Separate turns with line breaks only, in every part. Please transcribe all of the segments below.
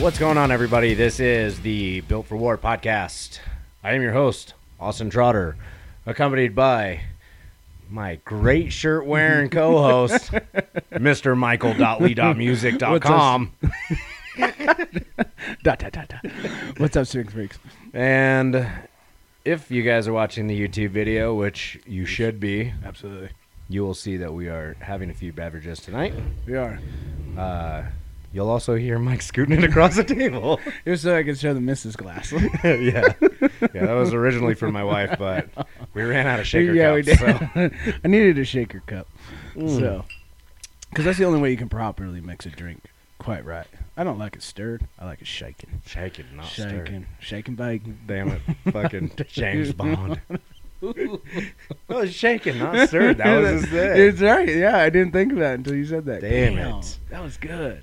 What's going on, everybody? This is the Built for War podcast. I am your host, Austin Trotter, accompanied by my great shirt wearing co host, Mr. Michael Music.com,
Dot, dot, dot, dot. What's up, Strength Freaks?
And if you guys are watching the YouTube video, which you should be,
Absolutely.
you will see that we are having a few beverages tonight.
We are.
Uh, you'll also hear Mike scooting it across the table.
Here's so I can show the missus glass.
yeah, yeah, that was originally for my wife, but we ran out of shaker
yeah, we
cups.
did.
so-
I needed a shaker cup.
Mm.
So, because that's the only way you can properly mix a drink quite right. I don't like it stirred. I like it shaken.
Shaking, not
shaken.
stirred.
Shaken bacon.
Damn it, fucking James Bond. That was shaking, not stirred. That was his thing.
It's right. Yeah, I didn't think of that until you said that.
Damn it.
That was good.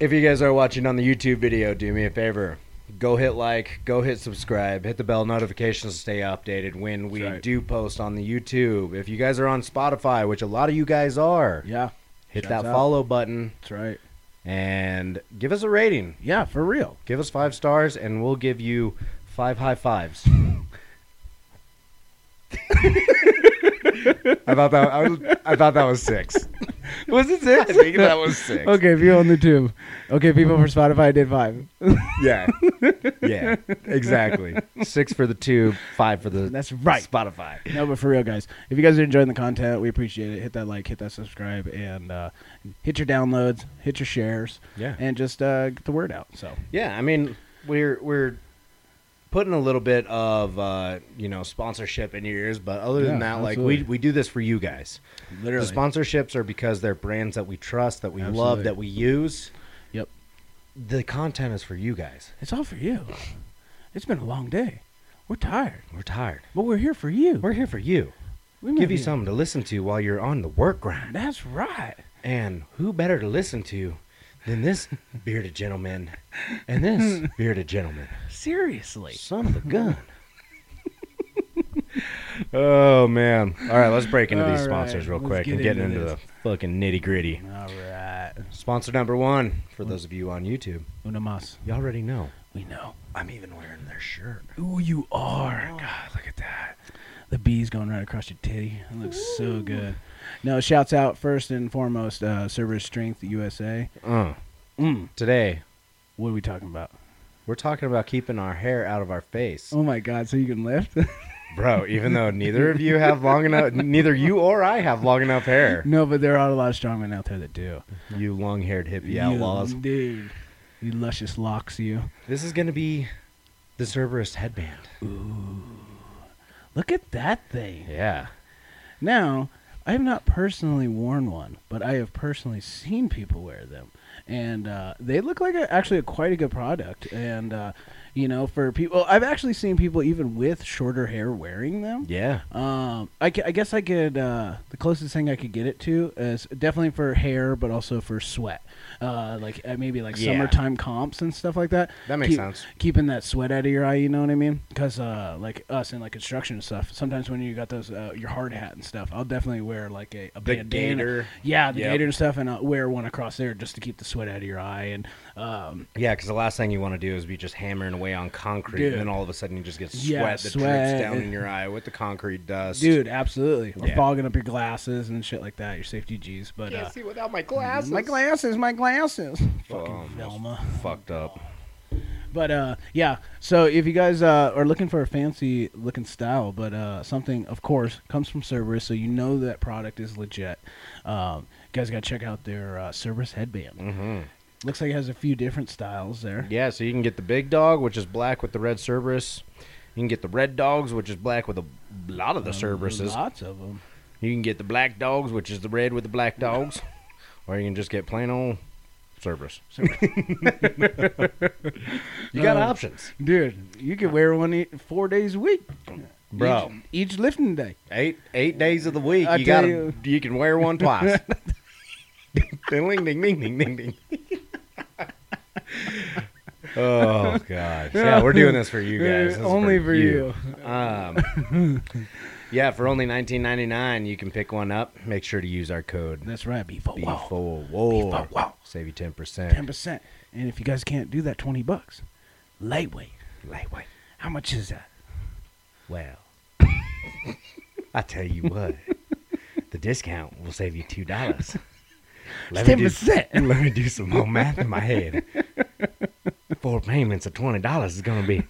If you guys are watching on the YouTube video, do me a favor. Go hit like, go hit subscribe, hit the bell notifications to stay updated when we
That's right.
do post on the YouTube. If you guys are on Spotify, which a lot of you guys are,
Yeah,
hit
Shouts
that
out.
follow button
that's right.
and give us a rating.
Yeah, for real.
Give us five stars, and we'll give you five high fives. I thought that I, was, I thought that was six.
Was it six?
was six.
Okay, people on the tube. Okay, people for Spotify, I did five.
Yeah, yeah, exactly. Six for the tube, five for the
That's right.
Spotify.
No, but for real, guys, if you guys are enjoying the content, we appreciate it. Hit that like, hit that subscribe, and uh, hit your downloads, hit your shares,
Yeah.
and just uh, get the word out. So
Yeah, I mean we're we're putting a little bit of uh, you know sponsorship in your ears, but other than
Yeah,
that, like
absolutely.
we we do this for you guys.
literally,
The sponsorships are because they're brands that we trust, that we love,
Absolutely.
that we use.
yep,
The content is for you guys.
it's all for you. It's been a long day. We're tired,
We're tired.
but we're here for you.
We're here for you.
we
Give
love
you something to listen to while you're on the work grind.
That's right.
And who better to listen to than this bearded gentleman and this bearded gentleman?
Seriously.
Son of a gun. oh, man. All right, let's break into these
All right,
sponsors real
let's
quick
get
and get
into
into the
this.
fucking nitty gritty.
All right.
Sponsor number one, for those of you on YouTube,
Una mas.
you already know.
We know.
I'm even wearing their shirt.
Ooh, you are. God, look at that. The bees going right across your titty. It looks so good. No, shouts out first and foremost, uh, Server Strength USA.
Uh,
Mm.
today,
What are we talking about?
we're talking about keeping our hair out of our face.
Oh my God! So you can lift?
Bro, even though neither of you have long enough, neither you or I have long enough hair.
no, but there are a lot of strongmen out there that do.
You long haired hippie
You-
outlaws.
dude. You luscious locks, you.
This is going to be the Cerberus headband.
Look at that thing.
Yeah.
Now, I have not personally worn one, but I have personally seen people wear them, and uh, they look like a, actually a quite a good product. And uh, you know, for people, I've actually seen people even with shorter hair wearing them.
Yeah.
Um, I, ca- I guess I could. Uh, the closest thing I could get it to is definitely for hair, but also for sweat. Uh, like uh, maybe like
Yeah.
summertime comps and stuff like that.
That makes
Keep-
sense.
Keeping that sweat out of your eye, you know what I mean? Because uh, like us in like construction and stuff, sometimes when you got those uh, your hard hat and stuff, I'll definitely wear like a,
The
a bandana.
gator.
Yeah, the
Yep.
gator and stuff, and I'll wear one across there just to keep the sweat out of your eye. And um,
Yeah, because the last thing you want to do is be just hammering away on concrete, and
Dude.
then all of a sudden you just get sweat
Yeah,
that drips
sweat.
down in your eye with the concrete dust.
dude, absolutely, or
Yeah.
fogging up your glasses and shit like that, your safety G's. But uh,
see without my glasses.
My glasses, my glasses.
almost.
Fucking Velma.
Fucked up.
But uh, yeah. So if you guys uh, are looking for a fancy looking style, but uh, something of course comes from Cerberus, so you know that product is legit. Um, you guys got to check out their uh, Cerberus headband.
hmm
Looks like it has a few different styles there.
Yeah, so you can get the big dog, which is black with the red Cerberus. You can get the red dogs, which is black with a lot of the
Um,
Cerberuses.
Lots of them.
You can get the black dogs, which is the red with the black dogs, or you can just get plain old Cerberus. you got
Uh,
options,
Dude, you could wear one e- four days a week,
bro.
Each, each lifting day.
Eight eight days of the week,
I
you got
tell
you. you can wear one twice. ding ding ding ding ding ding ding. oh god, yeah, we're doing this for you guys. This is
Only for you.
Um, Yeah, for only 19.99, you can pick one up. Make sure to use our code
That's right. Be full. Wow.
B4WAR.
B4WAR.
Save you
10
10%.
percent. And if you guys can't do that, twenty bucks. Lightweight.
Lightweight.
How much is that?
Well, I tell you what, the discount will save you two dollars.
Ten percent.
Let me do some more math in my head. Four payments of twenty dollars is gonna be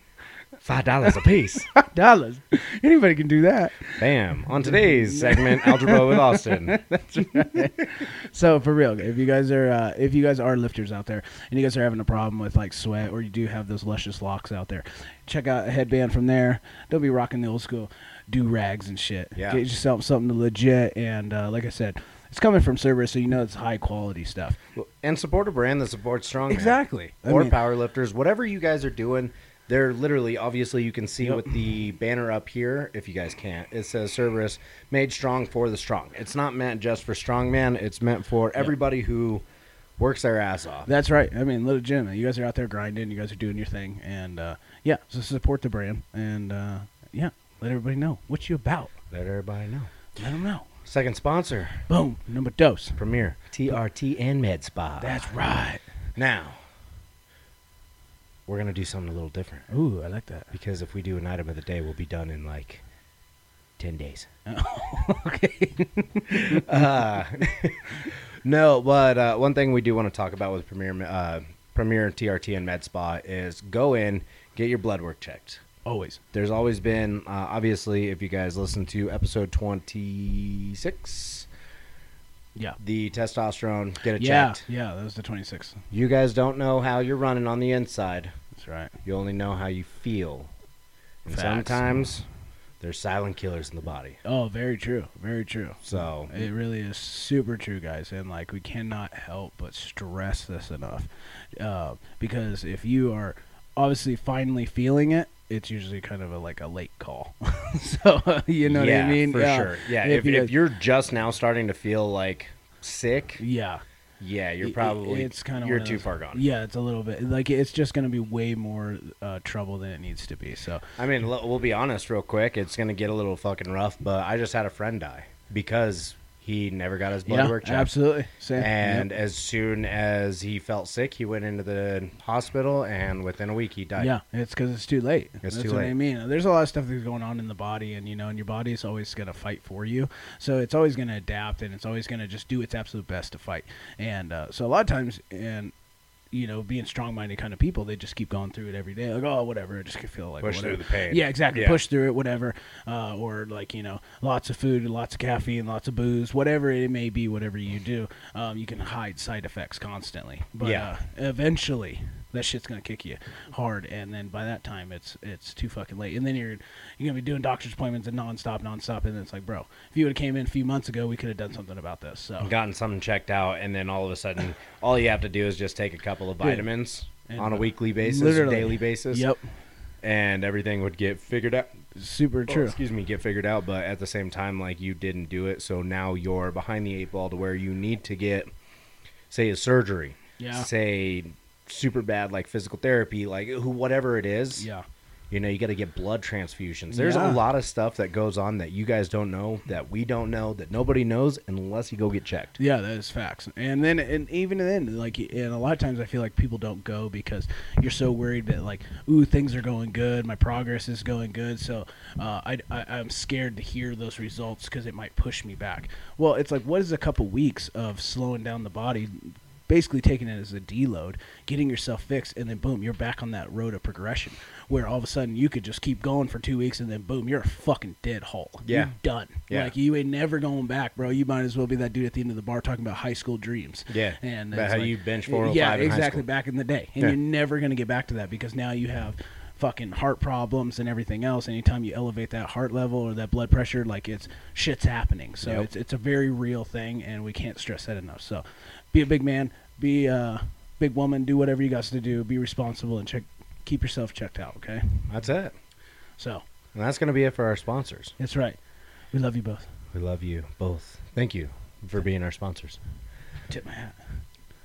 five dollars a piece.
Dollars. Anybody can do that.
Bam! On today's segment, Algebra with Austin.
So for real, if you guys are uh, if you guys are lifters out there and you guys are having a problem with like sweat or you do have those luscious locks out there, check out a headband from there. Don't be rocking the old school do rags and shit.
Yeah.
Get yourself something legit and uh, like I said, it's coming from Cerberus, so you know it's high quality stuff.
And support a brand that supports strongman.
Exactly. I
or
mean-
powerlifters, whatever you guys are doing. They're literally, obviously, you can see with the banner up here. If you guys can't, it says Cerberus made strong for the strong. It's not meant just for strongman. It's meant for everybody who works their ass off.
That's right. I mean, legit. You guys are out there grinding. You guys are doing your thing, and uh, yeah, so support the brand and uh, yeah, let everybody know what you about.
Let everybody know.
Let them know.
Second sponsor,
Boom. Number dose.
Premier TRT and Med Spa.
That's right.
now. We're gonna do something a little different
Ooh, I like that.
because if we do an item of the day, we'll be done in like ten days.
okay.
uh, no, but uh, one thing we do want to talk about with Premier uh, Premier TRT and Med Spa is go in, get your blood work checked.
Always.
There's always been, uh, obviously, if you guys listen to episode 26,
Yeah.
the testosterone, get it
Yeah.
checked.
Yeah. That was the 26th.
You guys don't know how you're running on the inside.
That's right.
You only know how you feel. And
Facts.
sometimes there's silent killers in the body.
Oh, very true. Very true.
So
It really is super true, guys, and like we cannot help but stress this enough, uh, because if you are obviously finally feeling it, it's usually kind of a, like a late call. so you know
yeah,
what I mean?
For sure. Yeah. If,
you
if
guys-
you're just now starting to feel like sick,
yeah,
yeah,
i-
you're
i-
probably
it's kind of
you're too far gone.
Yeah, it's a little bit like it's just going to be way more uh, trouble than it needs to be. So
I mean, l- we'll be honest, real quick. It's gonna get a little fucking rough, but I just had a friend die because he never got his blood
yeah,
work checked.
absolutely. Same.
And
Yep.
as soon as he felt sick, he went into the hospital, and within a week, he died.
Yeah, it's because it's too late. That's
uh, too
what I
late.
mean. There's a lot of stuff that's going on in the body, and you know, and your body is always going to fight for you. So it's always going to adapt, and it's always going to just do its absolute best to fight. And uh, so a lot of times, and you know, being strong-minded kind of people, they just keep going through it every day. Like, oh, whatever, I just can feel like
Push through
whatever.
the pain.
Yeah, exactly.
Yeah.
Push through it, whatever. Uh, or like you know, lots of food, lots of caffeine, lots of booze, whatever it may be, whatever you do, um, you can hide side effects constantly. But
Yeah.
uh, eventually, that shit's gonna kick you hard, and then by that time, it's it's too fucking late. And then you're you're gonna be doing doctor's appointments and nonstop, nonstop, and then it's like, bro, if you would have came in a few months ago, we could have done something about this. So
Gotten something checked out, and then all of a sudden, all you have to do is just take a couple of
Dude.
vitamins
And,
on a
uh,
weekly basis,
literally.
daily basis.
Yep,
And everything would get figured out.
super
Oh,
true.
excuse me, get figured out, but at the same time, like you didn't do it, so now you're behind the eight ball to where you need to get, say, a surgery,
Yeah.
say, super bad like physical therapy, like who whatever it is,
yeah,
You know, you got to get blood transfusions. There's a
Yeah.
lot of stuff that goes on that you guys don't know, that we don't know, that nobody knows unless you go get checked.
Yeah, that is facts. And then, and even then, like, and a lot of times I feel like people don't go because you're so worried that, like, ooh, things are going good, my progress is going good, so uh, I, I, I'm scared to hear those results because it might push me back. Well, it's like, what is a couple weeks of slowing down the body? Basically, taking it as a deload, getting yourself fixed, and then boom, you're back on that road of progression. Where all of a sudden you could just keep going for two weeks, and then boom, you're a fucking dead hole.
Yeah.
You're done.
Yeah.
Like you ain't never going back, bro. You might as well be that dude at the end of the bar talking about high school dreams.
Yeah.
and
About
it's
how you bench
Yeah,
405 in high
exactly.
school.
Back in the day, and
Yeah.
you're never gonna get back to that because now you have fucking heart problems and everything else. Anytime you elevate that heart level or that blood pressure, like it's shit's happening. So
Yep.
it's it's a very real thing, and we can't stress that enough. So be a big man, be a big woman, do whatever you got to do, be responsible, and check keep yourself checked out. Okay,
That's it.
so
And that's going to be it for our sponsors.
that's right. We love you both.
We love you both. Thank you for being our sponsors
Tip my hat.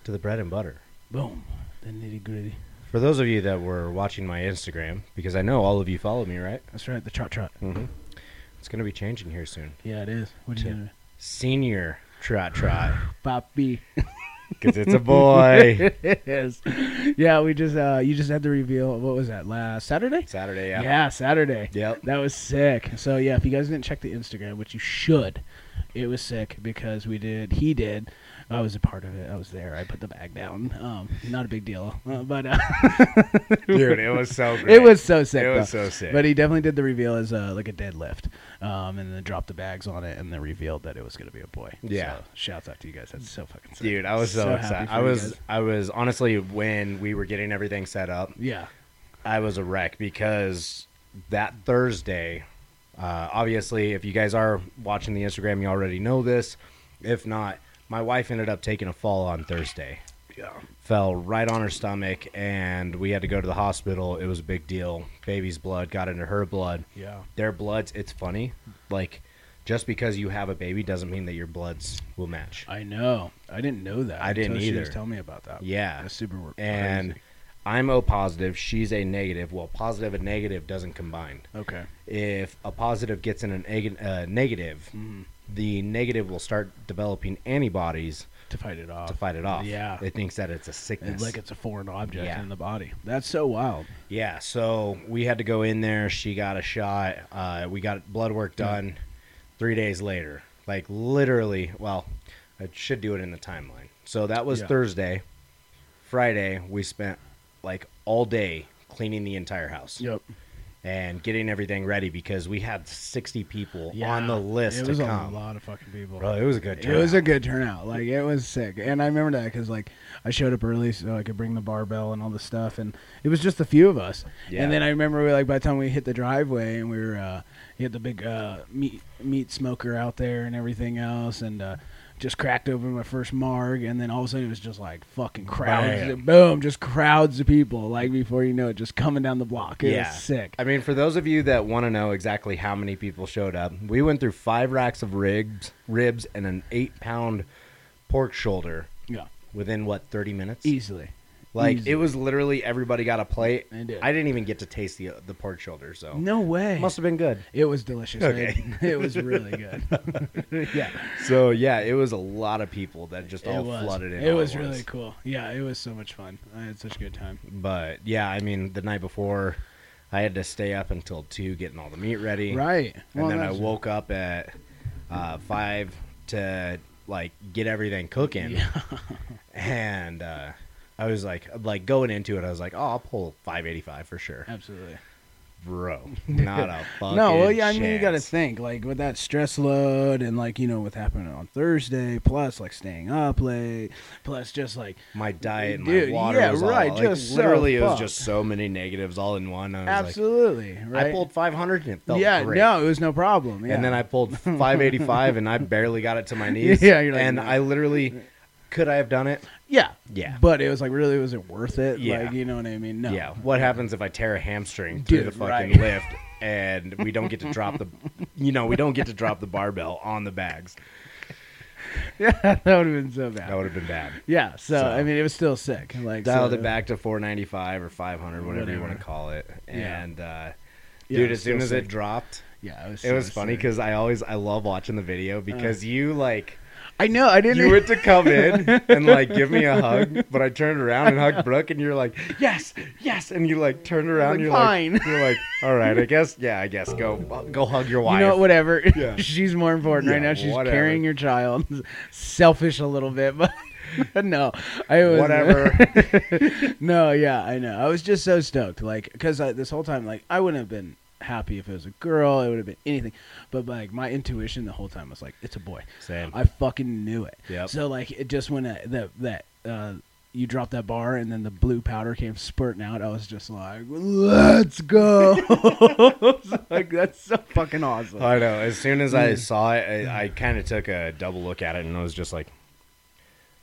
to the bread and butter.
Boom. The nitty gritty.
For those of you that were watching my Instagram, because I know all of you follow me, right?
That's right, the trot trot.
Mm-hmm. It's going to be changing here soon.
Yeah, it is. What are you
Yeah.
gonna
Senior trot trot.
Papi.
Because it's a boy.
it is. Yeah, we just uh you just had the reveal. What was that? Last Saturday?
Saturday, yeah.
Saturday.
Yep.
That was sick. So yeah, if you guys didn't check the Instagram, which you should, it was sick because we did. He did. I was a part of it. I was there. I put the bag down. Um, not a big deal, uh, but uh,
Dude, it was so great.
it was so sick.
It was
though.
so sick.
But he definitely did the reveal as uh, like a deadlift, um, and then dropped the bags on it, and then revealed that it was gonna be a boy.
Yeah.
So, shouts out to you guys. That's so fucking sick,
Dude, I was so,
happy
excited.
for
I
you
was
guys.
I was honestly when we were getting everything set up,
Yeah.
I was a wreck because that Thursday, uh, obviously, if you guys are watching the Instagram, you already know this. If not, my wife ended up taking a fall on Thursday,
Yeah.
fell right on her stomach, and we had to go to the hospital. It was a big deal. Baby's blood got into her blood.
Yeah.
Their bloods, it's funny. Like, just because you have a baby doesn't mean that your bloods will match.
I know. I didn't know that.
I didn't
until She was
either.
telling me about that.
Yeah.
That's super. wor-
And
crazy.
I'm O positive, she's A negative. Well, positive and negative doesn't combine.
okay.
if a positive gets in a neg- uh, negative,
Mhm.
the negative will start developing antibodies
To fight it off.
to fight it off.
Yeah.
It thinks that it's a
It's
sickness.
like it's a foreign object
Yeah.
in the body. That's so wild.
yeah. So we had to go in there. She got a shot. Uh, we got blood work done three days later. Like literally, well, I should do it in the timeline. So that was
Yeah.
Thursday. Friday, we spent like all day cleaning the entire house.
Yep.
and getting everything ready because we had 60 people
Yeah.
on the list
It
to
was
come.
a lot of fucking people.
Bro, it was a good
It was a good turnout. Like it was sick, and I remember that because like I showed up early so I could bring the barbell and all this stuff, and it was just a few of us.
Yeah.
And then I remember we, like by the time we hit the driveway and we were uh, we had the big uh, meat meat smoker out there and everything else, and uh, just cracked open my first marg, and then all of a sudden it was just like fucking crowds,
Bam.
boom, just crowds of people. Like before you know it, just coming down the block. It
Yeah.
was sick.
I mean, for those of you that want to know exactly how many people showed up, we went through five racks of ribs, ribs, and an eight-pound pork shoulder
yeah,
within what 30 minutes.
easily.
Like
E-, easy.
it was literally everybody got a plate.
They did.
I didn't even get to taste the uh, the pork shoulder, so
No way.
must have been good.
It was delicious.
Okay.
man. It was really good. yeah.
So yeah, it was a lot of people that just all
it was.
flooded in.
It
all
was
at
really
once.
cool. Yeah, it was so much fun. I had such a good time.
But yeah, I mean, the night before, I had to stay up until two getting all the meat ready.
Right.
And
Well,
then I
that's-
woke up at uh, five to like get everything cooking.
Yeah.
And uh, I was like, like going into it, I was like, oh, I'll pull 585 for sure,
Absolutely.
bro. Not a fucking
No, well, yeah, I mean, you got to
chance.
think, like, with that stress load and, like, you know, what happened on Thursday, plus, like, staying up late, plus just, like,
my diet, and
Dude,
my water
yeah,
was all,
right,
like,
just so
literally, it was
fucked.
just so many negatives all in one. I was
absolutely,
like,
right?
I pulled 500 and it felt
yeah,
great.
no, it was no problem. Yeah.
And then I pulled 585 and I barely got it to my knees.
Yeah, you're like,
and
no.
I literally could I have done it?
yeah.
Yeah.
But it was, like, really, was it worth it?
Yeah.
Like, you know what I mean? No.
Yeah. What happens if I tear a hamstring through the
Dude,
fucking
right.
lift and we don't get to drop the you know, we don't get to drop the barbell on the bags.
yeah, that would have been so bad.
That would have been bad.
Yeah, so,
So-
I mean, it was still sick. Like
Dialed
so-
it back to 495 or 500, whatever, you
Whatever.
want to call it.
Yeah.
And uh
Yeah,
dude,
it
as
was
soon
so
as
sick.
it dropped,
Yeah, it was.
it was
so
funny
sick.
because I always I love watching the video
Uh.
because you like
I know I didn't.
you went to come in and like give me a hug, but I turned around and hugged Brooke, and you're like, yes, yes, and you like turned around,
Like,
and you're
fine.
like, you're like, all right, I guess, yeah, I guess, go, go hug your wife.
you know what, whatever.
Yeah.
She's more important right
Yeah,
now. She's
whatever.
carrying your child. Selfish a little bit, but no, I was
Whatever.
no, yeah, I know. I was just so stoked, like, because this whole time, like, I wouldn't have been happy if it was a girl. It would have been anything, but like my intuition the whole time was like, it's a boy.
Same.
I fucking knew it.
Yep.
So like it just when that that, that uh, you dropped that bar and then the blue powder came spurting out, I was just like, let's go. I was like that's so fucking awesome.
I know. As soon as
Mm.
I saw it, I, I kind of took a double look at it, and I was just like,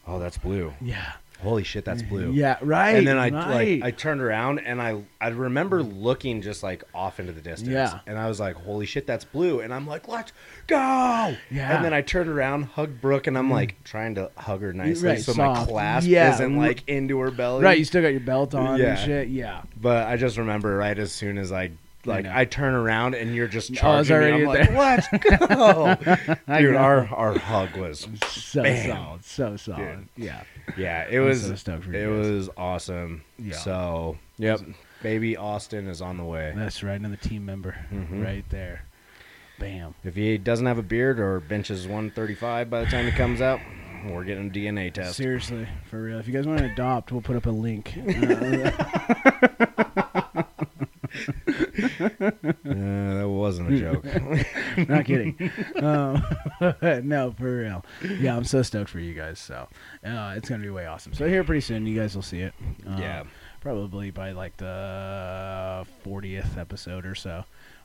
oh, that's blue.
yeah.
Holy shit, that's blue.
Yeah. Right.
And then I
right.
like I turned around and I I remember looking just like off into the distance.
Yeah.
And I was like, holy shit, that's blue. And I'm like, let's go.
Yeah. Mm.
And then I turned around, hugged Brooke, and I'm like trying to hug her nicely
Right,
so my
soft.
clasp
Yeah.
isn't like into her belly.
right. You still got your belt on
Yeah.
and shit. Yeah.
But I just remember right as soon as I like
know.
I turn around and you're just
I was
charging. me. I'm
already
like, let's go,
I
dude.
know.
Our our hug was
so
Bam.
solid, so solid. Yeah,
yeah. It
I'm
was
so stoked for you
it
guys.
was awesome.
Yeah.
So yep, baby Austin is on the way.
that's right. Another team member,
Mhm.
right there. Bam.
If he doesn't have a beard or benches 135 by the time he comes out, we're getting a DNA test.
Seriously, for real. If you guys want to adopt, we'll put up a link. Uh,
Uh, that wasn't a joke.
not kidding. Um, no, for real. Yeah, I'm so stoked for you guys. So uh, it's gonna be way awesome. So here pretty soon, you guys will see it. Uh,
Yeah.
probably by like the 40th episode or so.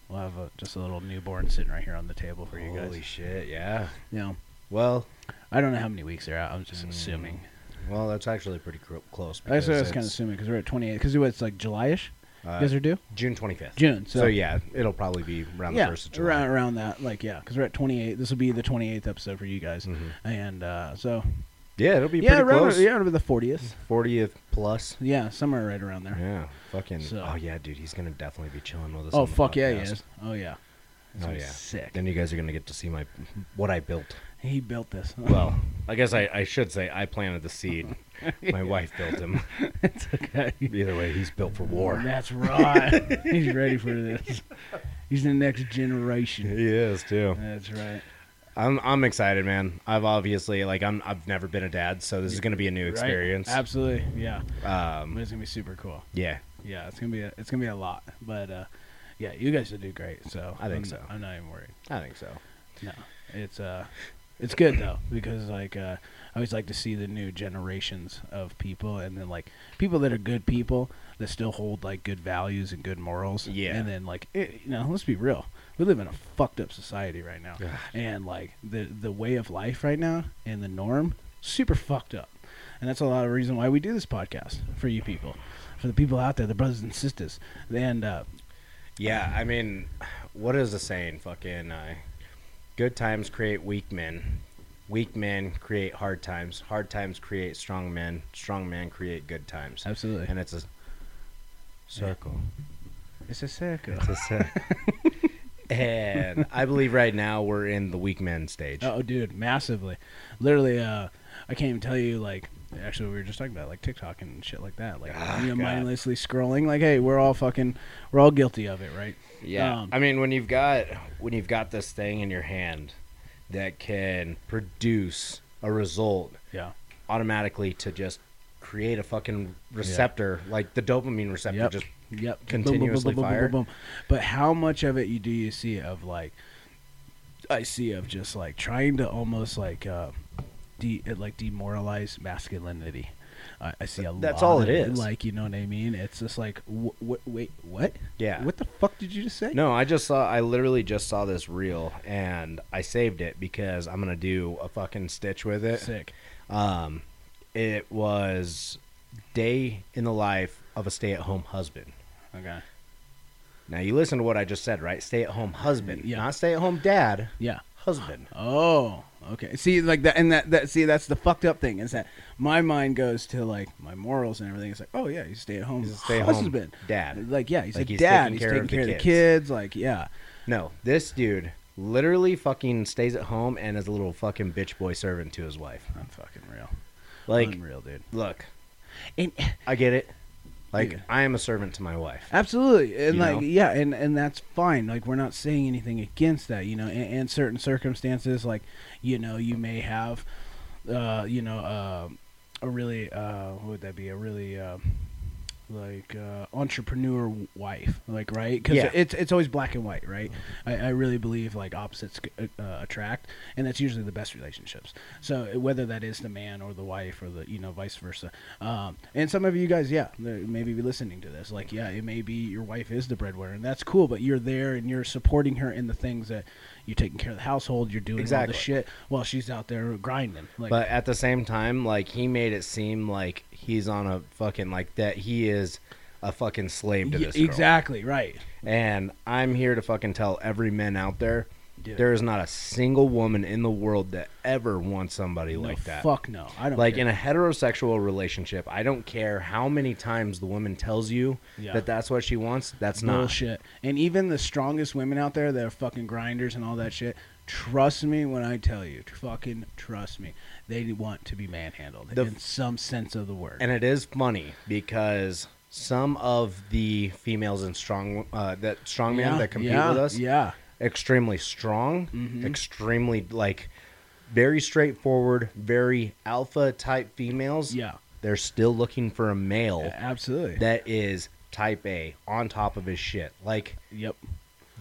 We'll have a, just a little newborn sitting right here on the table for you guys.
Holy shit! Yeah.
you know,
Well,
I don't know how many weeks they're out. I'm
Mm.
just assuming.
well, that's actually pretty cr- close.
That's what I was
because
kind of
it's,
assuming because we're at 28. Because it's like Julyish.
uh,
you guys are due
June 25th.
June.
So,
So,
yeah, it'll probably be around
yeah,
the first of July.
around around that. Like yeah, because we're at 28. This will be the 28th episode for you guys,
Mm-hmm.
and uh, so
Yeah, it'll be
yeah,
pretty
around
close.
yeah, around the 40th.
40th plus.
Yeah, somewhere right around there.
Yeah, fucking.
So-
Oh yeah, dude, he's gonna definitely be chilling with us.
oh
on the
fuck yeah, he
podcast.
is. Oh yeah. It's
Oh
gonna be
yeah,
sick.
Then you guys are gonna get to see my what I built.
He built this.
Well, I guess I, I should say I planted the seed. My wife built him.
it's okay.
Either way, he's built for war.
That's right. He's ready for this. He's the next generation.
He is too.
That's right.
I'm I'm excited, man. I've obviously like I'm I've never been a dad, so this is gonna be a new
Right?
experience.
Absolutely. Yeah. But
Um,
it's gonna be super cool.
yeah,
Yeah, it's gonna be a, it's gonna be a lot, but uh, yeah, you guys will do great. So
I think
I'm-
so.
I'm not even worried.
I think so.
No, it's uh, it's good though because like uh, I always like to see the new generations of people, and then like people that are good people that still hold like good values and good morals.
Yeah.
and then like it, you know, let's be real, we live in a fucked up society right now,
God.
and like the the way of life right now and the norm super fucked up, and that's a lot of reason why we do this podcast for you people. For the people out there, the brothers and sisters, and uh,
Yeah, I mean, what is the saying? Fucking, uh, good times create weak men. Weak men create hard times. Hard times create strong men. Strong men create good times.
absolutely,
And it's a circle.
it's a circle.
It's a circle. and I believe right now we're in the weak men stage.
Oh, dude, massively. Literally, uh, I can't even tell you, like, actually, we were just talking about, like, TikTok and shit like that. Like,
Ah,
you know,
God.
mindlessly scrolling. Like, hey, we're all fucking, we're all guilty of it, right?
Yeah.
Um,
I mean, when you've got when you've got this thing in your hand that can produce a result
Yeah.
automatically to just create a fucking receptor, like the dopamine receptor.
Yep.
Just
Yep.
continuously fired.
But how much of it you do you see of, like, I see of just, like, trying to almost, like, uh, de- it, like demoralize masculinity. I I see a lot.
That's all
of
it is.
Like, you know what I mean? It's just like, wh- wh- wait, what?
yeah.
What the fuck did you just say?
No, I just saw. I literally just saw this reel, and I saved it because I'm gonna do a fucking stitch with it.
Sick.
Um, it was day in the life of a stay-at-home husband.
Okay.
Now you listen to what I just said, right? Stay-at-home husband,
Yeah.
not stay-at-home dad.
Yeah.
Husband.
Oh, okay. See, like that, and that, that. See, that's the fucked up thing is that my mind goes to like my morals and everything. It's like, oh yeah, you stay at home.
He's a stay-at-home
husband,
dad.
Like yeah, he's
Like,
a
he's
dad.
taking
he's
care
taking
of the
care of the
kids.
kids. Like yeah,
No, this dude literally fucking stays at home and is a little fucking bitch boy servant to his wife.
I'm fucking real.
Like,
Unreal, dude.
look,
And
I get it. Like,
Yeah.
I am a servant to my wife.
absolutely, and
You
like
know?
yeah, and and that's fine. Like we're not saying anything against that, you know. And, and certain circumstances, like you know, you may have, uh, you know, uh, a really uh, what would that be? A really uh, like uh, entrepreneur w- wife, like right? Because
Yeah.
it's it's always black and white, right? I, I really believe like opposites c- uh, attract, and that's usually the best relationships. So uh, whether that is the man or the wife or the you know vice versa, um, and some of you guys, yeah, there- maybe be listening to this, like yeah, it may be your wife is the breadwinner, and that's cool, but you're there and you're supporting her in the things that you're taking care of the household, you're doing all
Exactly.
the shit while she's out there grinding, like
But at the same time, like, he made it seem like he's on a fucking, like, that he is a fucking slave to
Yeah,
this girl.
exactly right.
And I'm here to fucking tell every man out there
Dude.
There is not a single woman in the world that ever wants somebody
No,
like that.
Fuck no. I don't
like
care.
in a heterosexual relationship, I don't care how many times the woman tells you
Yeah.
that that's what she wants. That's not.
bullshit. And even the strongest women out there that are fucking grinders and all that shit, trust me when I tell you, tr- fucking trust me, they want to be manhandled
The-
in some sense of the word.
And it is funny because some of the females in strong uh, that strongman
yeah,
that compete
yeah,
with us,
yeah,
extremely strong,
Mhm.
extremely like very straightforward, very alpha type females.
yeah,
They're still looking for a male
yeah, absolutely.
that is type A on top of his shit. Like
yep,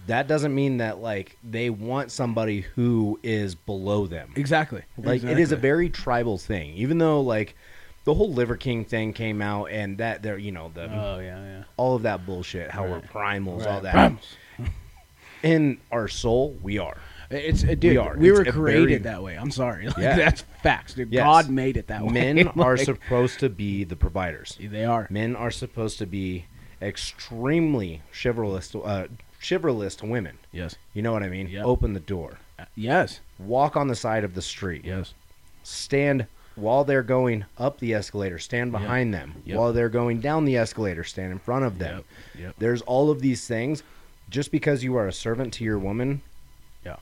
that doesn't mean that like they want somebody who is below them.
exactly.
Like it is a
Exactly.
very tribal thing. Even though like the whole Liver King thing came out and that there you know the
Oh yeah, yeah.
all of that bullshit, how we're primals, all
Right.
that.
Promise.
In our soul, we are.
It's uh, dude. We,
are.
were
It's a
created
very-
that way. I'm sorry. Like,
Yeah.
That's facts. Dude.
Yes.
God made it that way.
Men are
Like,
supposed to be the providers.
They are.
Men are supposed to be extremely chivalrous to, uh, chivalrous to women.
Yes.
You know what I mean?
Yeah.
Open the door.
Uh, Yes.
Walk on the side of the street.
Yes.
Stand while they're going up the escalator. Stand
Yep.
behind them.
Yep.
While they're going down the escalator, stand in front of them.
Yep. Yep.
There's all of these things. Just because you are a servant to your woman
Yeah.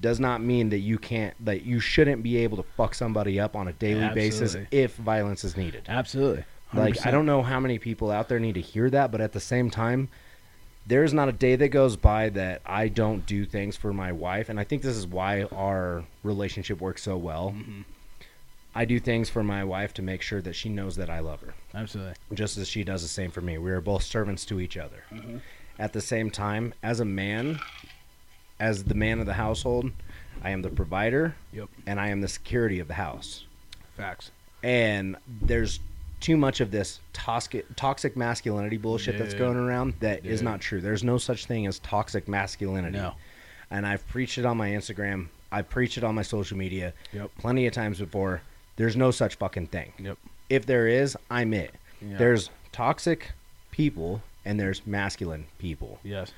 does not mean that you can't that you shouldn't be able to fuck somebody up on a daily basis
Absolutely.
if violence is needed.
Absolutely.
Like
100%.
I don't know how many people out there need to hear that, but at the same time, there's not a day that goes by that I don't do things for my wife, and I think this is why our relationship works so well. I do things for my wife to make sure that she knows that I love her,
Absolutely.
just as she does the same for me. We are both servants to each other. At the same time, as a man, as the man of the household, I am the provider
Yep.
and I am the security of the house
Facts.
and there's too much of this toxic toxic masculinity bullshit that's
Dude.
going around that is
Dude.
not true. There's no such thing as toxic masculinity.
No.
And I've preached it on my Instagram. I preach it on my social media
Yep.
plenty of times before. There's no such fucking thing.
Yep.
If there is, I'm it.
Yeah.
There's toxic people and there's masculine people.
Yes.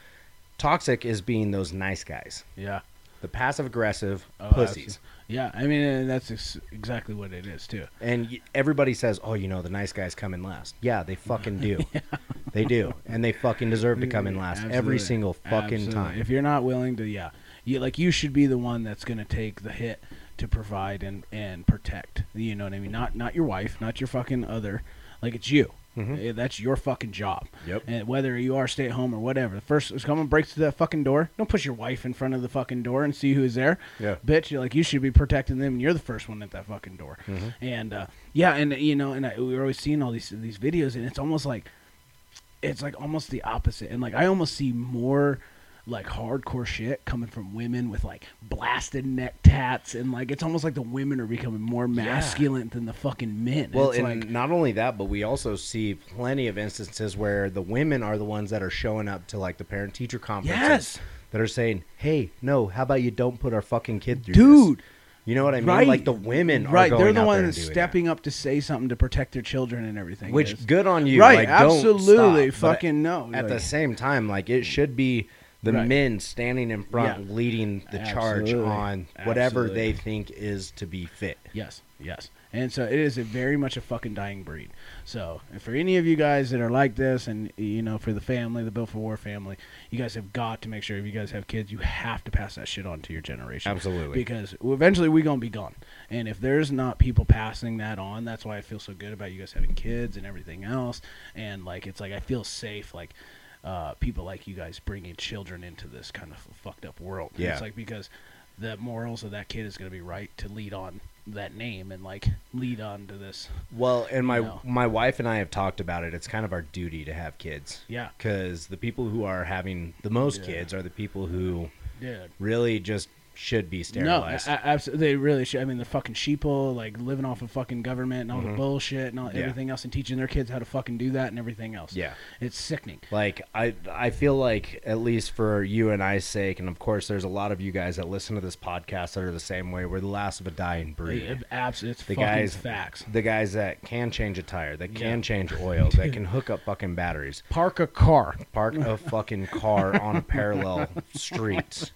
Toxic is being those nice guys,
Yeah.
the passive aggressive
Oh,
pussies.
absolutely. Yeah. I mean, and that's ex- exactly what it is too.
And y- everybody says, "Oh, you know, the nice guys come in last." Yeah, they fucking do. They do, and they fucking deserve to come in last every
Mm, Absolutely.
single fucking
Absolutely.
time.
If you're not willing to, yeah, you like you should be the one that's going to take the hit to provide and and protect. You know what I mean? Not not your wife, not your fucking other. Like it's you. Eh, That's your fucking job.
Mm-hmm. Yep.
And whether you are stay at home or whatever, the first is come and breaks through that fucking door. Don't push your wife in front of the fucking door and see who's there.
Yeah.
Bitch, you're like you should be protecting them, and you're the first one at that fucking door.
Mm-hmm.
And uh, yeah, and you know, and I, we were always seeing all these these videos, and it's almost like it's like almost the opposite and like i almost see more like hardcore shit coming from women with like blasted neck tats and like it's almost like the women are becoming more masculine than the fucking men
well,
it's
and
like
not only that, but we also see plenty of instances where the women are the ones that are showing up to like the parent teacher conferences
Yes.
that are saying, "Hey, no, how about you don't put our fucking kid through
Dude.
this?" You know what I mean?
right
Like the women are
right
going
they're the
out
one
there and
that's
doing that.
stepping up to say something to protect their children and everything
Which
It's-
good on you,
Right,
Like, don't
absolutely,
stop. But
fucking no,
At the
like-
same time, like it should be the
Right.
men standing in front,
Yeah.
leading the charge
Absolutely.
on whatever
Absolutely.
they think is to be fit.
Yes, yes. And so it is a very much a fucking dying breed. So and for any of you guys that are like this, and you know, for the family, the Built for War family, you guys have got to make sure if you guys have kids, you have to pass that shit on to your generation.
Absolutely.
Because eventually we're gonna be gone, and if there's not people passing that on, that's why I feel so good about you guys having kids and everything else. And like, it's like I feel safe, like. Uh, people like you guys bringing children into this kind of fucked up world. And
Yeah.
It's like because the morals of that kid is going to be right to lead on that name and like lead on to this.
Well, and my
No.
my wife and I have talked about it. It's kind of our duty to have kids.
Yeah.
Because the people who are having the most
Yeah.
kids are the people who
Dude.
really just should be
No,
sterilized.
absolutely. They really should. I mean, the fucking sheeple, like living off of fucking government and all the bullshit and all,
Mm-hmm. Yeah.
everything else, and teaching their kids how to fucking do that and everything else.
Yeah.
it's sickening.
Like I I feel like at least for you and I's sake, and of course there's a lot of you guys that listen to this podcast that are the same way. We're the last of a dying breed.
It, abs- it's
the
fucking
guys
facts.
The guys that can change a tire, that can
Yeah.
change oil, that can hook up fucking batteries.
Park a car.
Park a fucking car on a parallel street.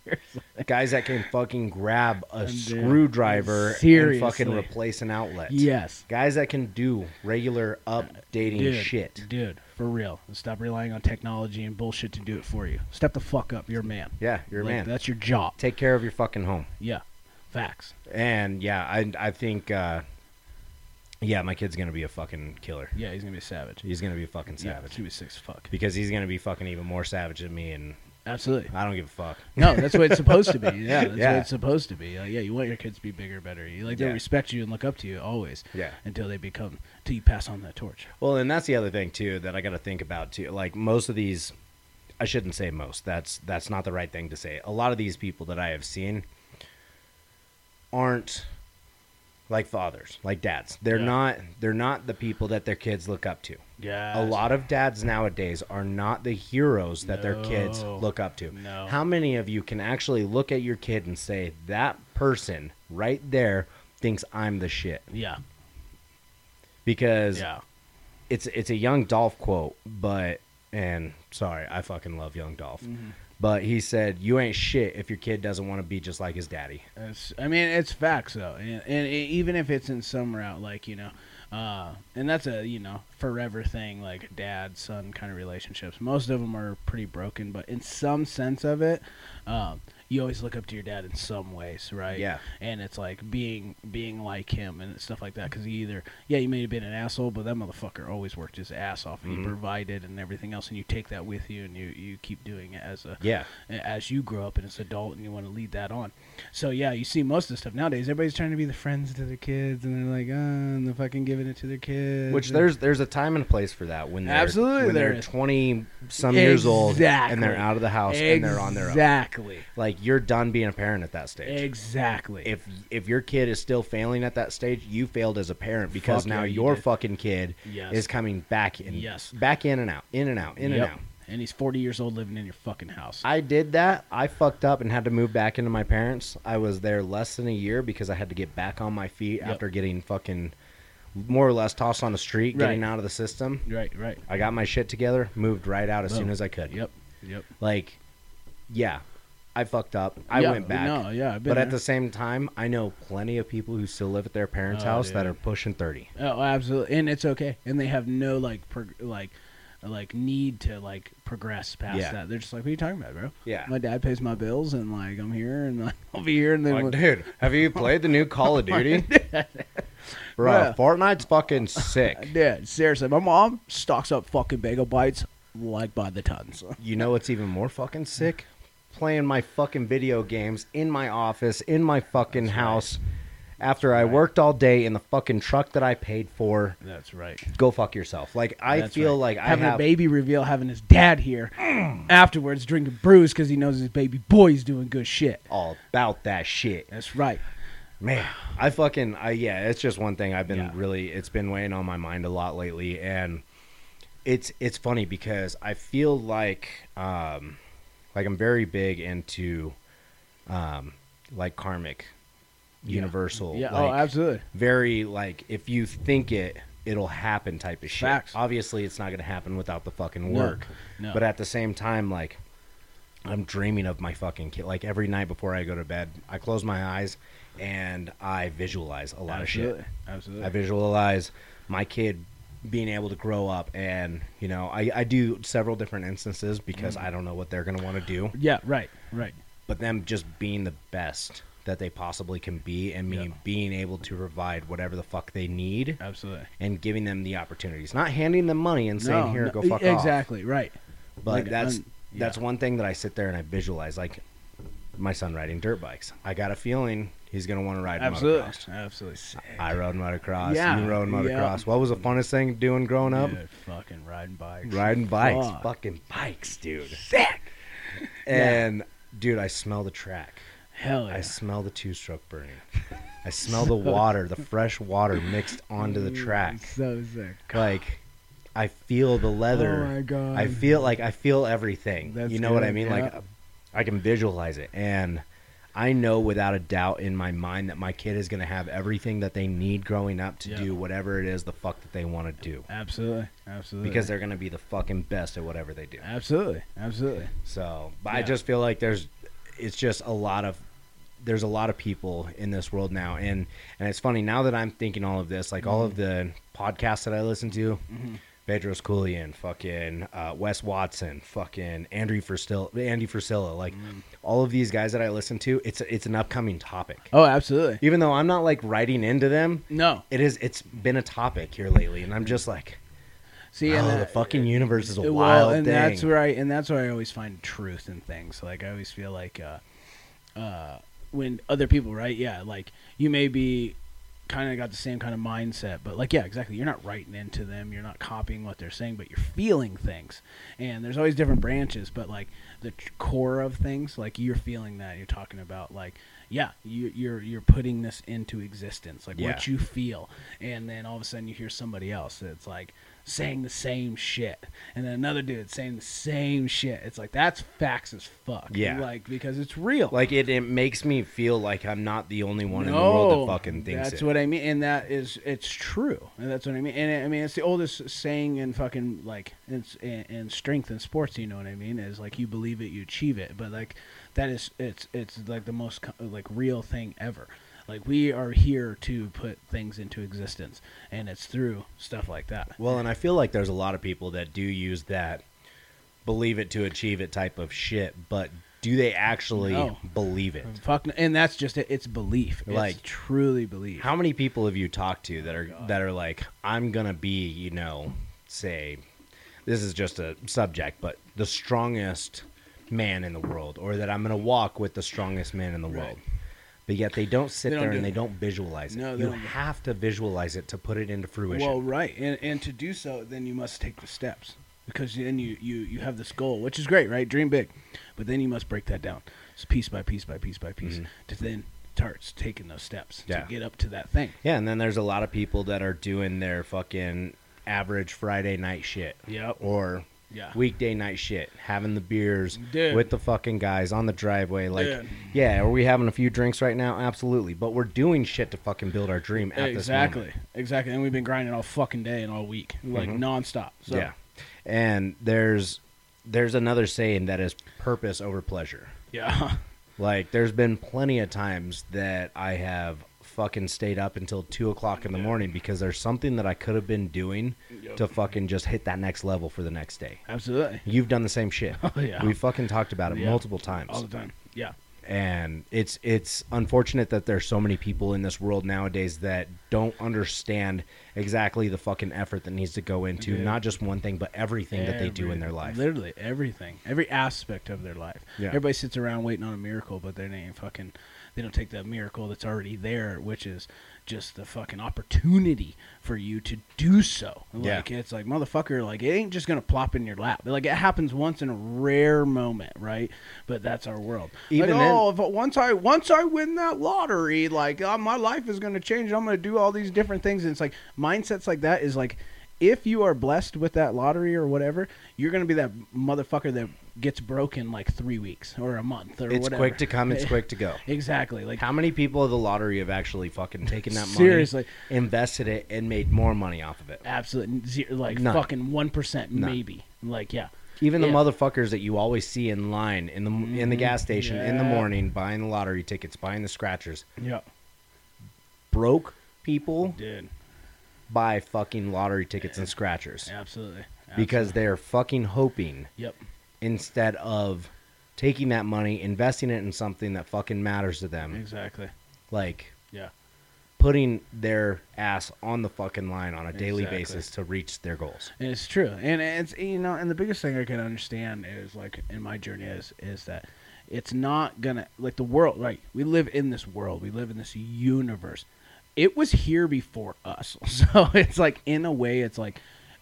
guys that can fucking grab a
Dude,
screwdriver and
seriously.
fucking replace an outlet.
Yes.
Guys that can do regular updating
Dude,
shit.
Dude, for real. Stop relying on technology and bullshit to do it for you. Step the fuck up. You're a man.
Yeah, you're a
Like,
man.
That's your job.
Take care of your fucking home.
Yeah. Facts.
And yeah, I I think uh, yeah, my kid's gonna be a fucking killer.
Yeah, he's going to be a savage.
He's gonna be a fucking
Yeah, he's
savage
going to be six fuck.
because he's gonna be fucking even more savage than me, and
Absolutely.
I don't give a fuck.
No, that's what it's supposed to be. Yeah, that's
Yeah.
what it's supposed to be. Like, yeah, you want your kids to be bigger, better. You like they
Yeah.
respect you and look up to you always.
Yeah.
Until they become, until you pass on that torch.
Well, and that's the other thing too that I got to think about too. Like most of these, I shouldn't say most. That's that's not the right thing to say. A lot of these people that I have seen aren't like fathers, like dads. They're
Yeah.
not. They're not the people that their kids look up to.
Yeah.
A lot of dads nowadays are not the heroes that their kids
No.
look up to.
No.
How many of you can actually look at your kid and say that person right there thinks I'm the shit?
Yeah.
Because
Yeah.
it's it's a young Dolph quote, but and sorry, I fucking love young Dolph.
Mm-hmm.
But he said, "You ain't shit if your kid doesn't want to be just like his daddy."
It's, I mean, it's facts though, and, and e- even if it's in some route, like you know, uh, and that's a you know forever thing, like dad son kind of relationships. Most of them are pretty broken, but in some sense of it, um, you always look up to your dad in some ways, right?
Yeah.
And it's like being being like him and stuff like that, because he either yeah, you may have been an asshole, but that motherfucker always worked his ass off. and He
Mhm.
provided and everything else, and you take that with you, and you you keep doing it as a
Yeah,
as you grow up and as an adult and you want to lead that on. So yeah, you see most of the stuff nowadays. Everybody's trying to be the friends to their kids and they're like, uh, and they're fucking giving it to their kids.
which there's there's a time and a place for that when they're,
Absolutely
when
there
they're
is.
twenty some years old and
Exactly.
they're out of the house
exactly.
and they're on their own.
Exactly.
Like you're done being a parent at that stage.
Exactly.
If if your kid is still failing at that stage, you failed as a parent because
Fuck
now
yeah, you
your
did.
fucking kid
Yes.
is coming back in,
Yes.
back in and out, in and out, in
Yep.
and out.
And he's 40 years old living in your fucking house.
I did that. I fucked up and had to move back into my parents. I was there less than a year because I had to get back on my feet
Yep.
after getting fucking more or less tossed on the street,
Right.
getting out of the system.
right, right.
I got my shit together, moved right out as soon
Boom.
as I could.
Yep. Yep.
Like, yeah, I fucked up. I
Yeah,
went back.
No, yeah, I've been
but at
there.
the same time, I know plenty of people who still live at their parents'
Oh,
house that
dude.
are pushing 30.
Oh, absolutely, and it's okay, and they have no like prog- like like need to like progress past
Yeah.
that. They're just like, what are you talking about, bro?
Yeah.
my dad pays my bills, and like I'm here, and like, I'll be here, and then
Like, dude, have you played the new Call of Duty? Bro,
Oh Bruh.
Fortnite's fucking sick.
dude, seriously, my mom stocks up fucking bagel bites like by the tons.
You know what's even more fucking sick? Playing my fucking video games in my office, in my fucking house, after I worked all day in the fucking truck that I paid for.
That's right.
Go fuck yourself. Like I feel like I
having
have.
a baby reveal, having his dad here
Mm.
afterwards drinking brews because he knows his baby boy's doing good shit.
all about that shit
That's right.
man i fucking i yeah it's just one thing i've been
Yeah.
really it's been weighing on my mind a lot lately and it's it's funny because i feel like um like i'm very big into um like karmic
Yeah.
universal
Yeah.
like,
oh, absolutely.
very like if you think it it'll happen type of shit
Facts.
obviously it's not going to happen without the fucking
No,
work
no.
but at the same time like i'm dreaming of my fucking kid like every night before i go to bed i close my eyes and i visualize a lot of
absolutely.
shit
Absolutely.
i visualize my kid being able to grow up and you know i, I do several different instances because
Mm.
i don't know what they're going to want to do
yeah. Right. Right.
but them just being the best that they possibly can be and me
Yeah.
being able to provide whatever the fuck they need
Absolutely.
and giving them the opportunities not handing them money and saying here go fuck off
exactly right.
but
Like,
that's
un-
that's
yeah.
one thing that i sit there and i visualize like my son riding dirt bikes i got a feeling he's going to want to ride
Absolutely,
motocross
absolutely. Sick.
i rode motocross
Yeah,
you rode
yeah.
motocross what was the funnest thing doing growing up
Dude, fucking riding bikes.
riding bikes
Fuck.
fucking bikes dude sick and dude i smell the track
Hell yeah.
I smell the two stroke burning. I smell the water, the fresh water mixed onto the track.
So sick.
Like I feel the leather.
Oh my God.
I feel like I feel everything.
That's
you know what I
good,
mean?
yeah.
Like I can visualize it and I know without a doubt in my mind that my kid is going to have everything that they need growing up to
Yeah.
do whatever it is the fuck that they want to do
Absolutely, absolutely.
because they're going to be the fucking best at whatever they do.
absolutely, absolutely.
So, but I
Yeah.
just feel like there's it's just a lot of there's a lot of people in this world now and and it's funny now that i'm thinking all of this like all of
Mm-hmm.
the podcasts that i listen to pedro's Coolian, fucking uh, wes watson fucking andrew Fristil, andy Frisilla, like
Mm-hmm.
all of these guys that i listen to it's it's an upcoming topic
Oh, absolutely.
even though i'm not like writing into them
No.
it is it's been a topic here lately and i'm just like
See,
oh,
and
the
that-
fucking universe is a
well,
wild
and
thing
that's where I and that's where I always find truth in things. Like I always feel like uh, uh, when other people, right? Yeah, like you may be kind of got the same kind of mindset, but like yeah, exactly. You're not writing into them. You're not copying what they're saying, but you're feeling things. And there's always different branches, but like the tr- core of things, like you're feeling that. You're talking about like. Yeah, you, you're you're putting this into existence, like
Yeah.
what you feel, and then all of a sudden you hear somebody else that's like saying the same shit, and then another dude saying the same shit. It's like that's facts as fuck.
Yeah.
like because it's real.
like it, it makes me feel like i'm not the only one in the world
No,
that fucking thinks
that's
it.
what I mean, and that is it's true, and that's what I mean. And I mean, it's the oldest saying in fucking like in, in, in strength in sports. You know what I mean? Is like you believe it, you achieve it. But like that is it's it's like the most co- like real thing ever. Like we are here to put things into existence, and it's through stuff like that.
Well, and I feel like there's a lot of people that do use that believe it to achieve it type of shit, but do they actually
No.
believe it?
Fuck, and that's just it. It's belief. It's
Like-
truly belief.
How many people have you talked to that are that are like I'm going to be, you know, say this is just a subject, but the strongest man in the world or that I'm going to walk with the strongest man in the
Right.
world. But yet they don't sit
They don't
there
do
and they
that.
don't visualize it.
No, they
you
don't do-
have to visualize it to put it into fruition.
Well, right, and and to do so, then you must take the steps because then you you you have this goal, which is great, right? Dream big, but then you must break that down. It's piece by piece by piece by piece to then starts taking those steps
Mm-hmm. Yeah.
to get up to that thing.
Yeah, and then there's a lot of people that are doing their fucking average Friday night shit.
Yep.
Or
Yeah.
weekday night shit, having the beers
Dude.
with the fucking guys on the driveway. Like,
Dude.
yeah, are we having a few drinks right now? Absolutely. But we're doing shit to fucking build our dream at this moment. Mm-hmm.
exactly, exactly. And we've been grinding all fucking day and all week, like nonstop. So,
Yeah. And there's there's another saying that is purpose over pleasure.
yeah.
Like, there's been plenty of times that I have fucking stayed up until two o'clock in the morning because there's something that I could have been doing
Yep.
to fucking just hit that next level for the next day.
absolutely,
You've done the same shit.
Oh, yeah.
We fucking talked about it
Yeah.
multiple times.
all the time. Yeah,
And it's it's unfortunate that there's so many people in this world nowadays that don't understand exactly the fucking effort that needs to go into
Yeah.
not just one thing but everything that they do in their
Every-
life.
Literally everything, every aspect of their life.
Yeah.
Everybody sits around waiting on a miracle, but they ain't fucking. They don't take that miracle that's already there, which is just the fucking opportunity for you to do so.
Yeah.
Like it's like motherfucker, like it ain't just gonna plop in your lap. Like it happens once in a rare moment, right? But that's our world.
Even
like,
then-
oh, if once I once I win that lottery, like uh, my life is going to change. I'm going to do all these different things. And it's like mindsets like that is like if you are blessed with that lottery or whatever, you're going to be that motherfucker that gets broke in like three weeks or a month or
It's
whatever.
quick to come, it's quick to go.
Exactly. Like
How many people of the lottery have actually fucking taken that money,
Seriously.
invested it, and made more money off of it?
absolute zero, like
None.
fucking one percent
None.
maybe. Like yeah.
Even the
Yeah. Mm-hmm.
motherfuckers that you always see in line in the in the gas station in the
Yeah.
morning buying the lottery tickets, buying the scratchers,
Yeah.
broke people
Dude.
buy fucking lottery tickets and scratchers
Absolutely.
because they're fucking hoping
Yep.
instead of taking that money, investing it in something that fucking matters to them,
Exactly.
like
Yeah.
putting their ass on the fucking line on a daily
Exactly.
basis to reach their goals.
And it's true, and it's you know, and the biggest thing I can understand is like in my journey is is that it's not gonna like the world. Right, we live in this world, we live in this universe. It was here before us, so it's like in a way, it's like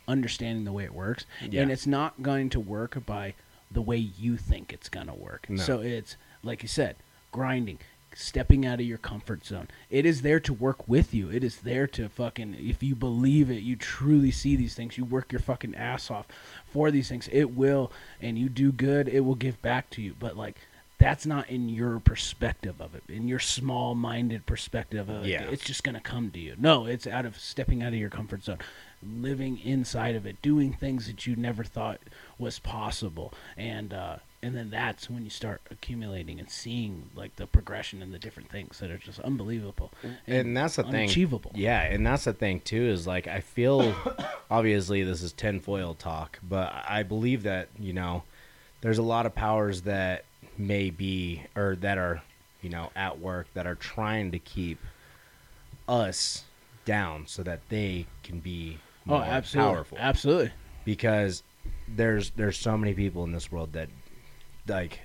understanding the way it works,
Yeah.
and it's not going to work by the way you think it's gonna work.
No.
So it's like you said, grinding. Stepping out of your comfort zone. It is there to work with you. It is there to fucking, if you believe it, you truly see these things, you work your fucking ass off for these things. It will, and you do good, it will give back to you. But like, that's not in your perspective of it, in your small minded perspective of it.
Yeah.
It's just going to come to you. No, it's out of stepping out of your comfort zone, living inside of it, doing things that you never thought was possible, and uh, and then that's when you start accumulating and seeing like the progression and the different things that are just unbelievable
and that's the thing.
unachievable.
Yeah, and that's the thing too is like I feel obviously this is tinfoil talk, but I believe that you know there's a lot of powers that may be or that are you know at work that are trying to keep us down so that they can be
Oh,
more
absolutely,
powerful
absolutely.
because there's there's so many people in this world that like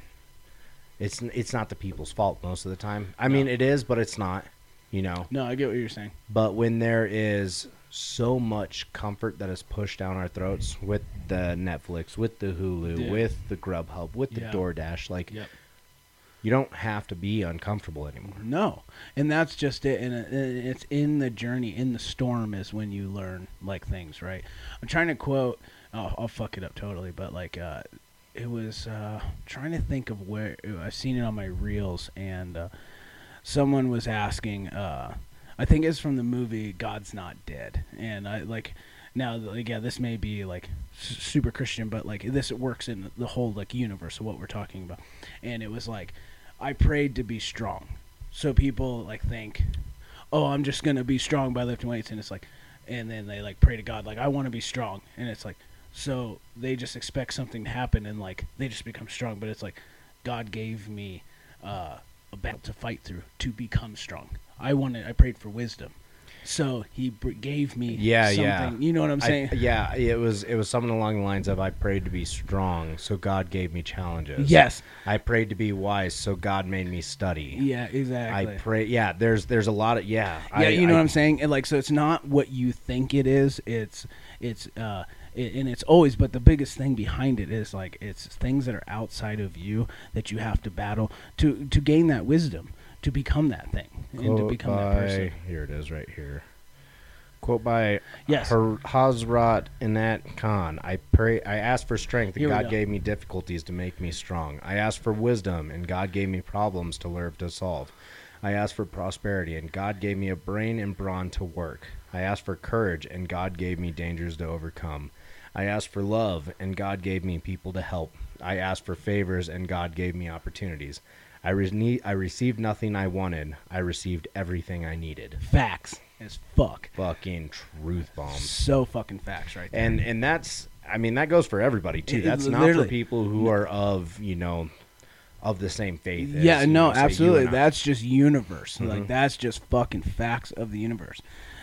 it's it's not the people's fault most of the time. I mean it is, but it's not, you know.
No, I get what you're saying.
But when there is so much comfort that is pushed down our throats with the Netflix, with the Hulu,
Yeah.
with the Grubhub, with the
Yeah.
DoorDash, like
Yep.
you don't have to be uncomfortable anymore.
No, and that's just it. And it- and it's in the journey, in the storm, is when you learn like things, right? I'm trying to quote. Oh, I'll fuck it up totally, but like, uh, it was uh, trying to think of where I've seen it on my reels, and uh, someone was asking. Uh, I think it's from the movie God's Not Dead, and I like. Now, like, yeah, this may be like s- super Christian, but like this works in the whole like universe of what we're talking about. And it was like, I prayed to be strong, so people like think, oh, I'm just gonna be strong by lifting weights, and it's like, and then they like pray to God like I want to be strong, and it's like, so they just expect something to happen and like they just become strong, but it's like, God gave me uh, a battle to fight through to become strong. I wanted, I prayed for wisdom, so He br- gave me
Yeah,
something.
yeah.
You know what I'm
I-
saying?
yeah, it was it was something along the lines of I prayed to be strong, so God gave me challenges.
yes.
I prayed to be wise, so God made me study.
Yeah, exactly.
I pray. Yeah, there's there's a lot of yeah. I,
yeah, you know
I,
what I'm saying. And like, so it's not what you think it is. It's it's uh, it, and it's always. But the biggest thing behind it is like it's things that are outside of you that you have to battle to to gain that wisdom to become that thing and to
Quote
become that
by-
person.
Here it is, right here. Quote by
Yes.
Har- Hazrat Anat Khan. I pray. I asked for strength, and
Here we
God
go.
gave me difficulties to make me strong. I asked for wisdom, and God gave me problems to learn to solve. I asked for prosperity, and God gave me a brain and brawn to work. I asked for courage, and God gave me dangers to overcome. I asked for love, and God gave me people to help. I asked for favors, and God gave me opportunities. I, re- ne- I received nothing I wanted. I received everything I needed.
Facts as fuck.
Fucking truth bombs
So fucking facts, right there.
and and that's I mean that goes for everybody too.
It-
That's
it
not for
literally-
people who are of you know of the same faith. as,
yeah
you
no
know, say, you
absolutely
and I. Mm-hmm.
that's just universe like that's just fucking facts of the universe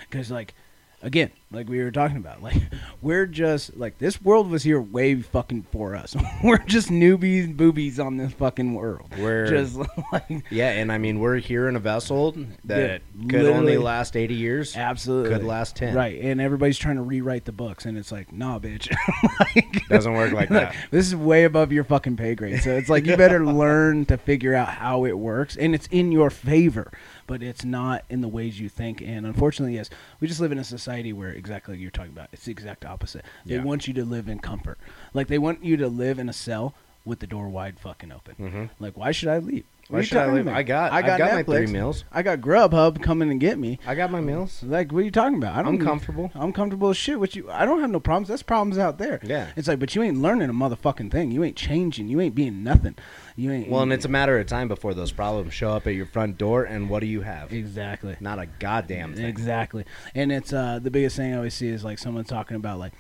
because like again like we were talking about like we're just like this world was here way fucking for us we're just newbies boobies on this fucking world
We're-
just like
yeah, and I mean we're here in a vessel that
Yeah,
could only
literally.
last eighty years.
absolutely
Could last 10.
right and everybody's trying to rewrite the books and it's like nah bitch
Doesn't work like that.
This is way above your fucking pay grade. So it's like you better learn to figure out how it works and it's in your favor, but it's not in the ways you think. And unfortunately, yes, we just live in a society where exactly like you're talking about, it's the exact opposite. They
Yeah.
want you to live in comfort. Like they want you to live in a cell with the door wide fucking open. Like why should I leave?
Mm-hmm.
What
Why
are you
should I
talking
leave?
about?
I got- I've got my three meals.
I got Grubhub coming and get me.
I got my meals.
Like, what are you talking about? I
I'm comfortable.
I'm comfortable as shit. With you, I don't have no problems. That's problems out there.
Yeah.
It's like, but you ain't learning a motherfucking thing. You ain't changing. You ain't being nothing. You ain't.
Well, and it's a matter of time before those problems show up at your front door. And what do you have?
exactly.
Not a goddamn thing.
Exactly. And it's uh the biggest thing I always see is like someone talking about like,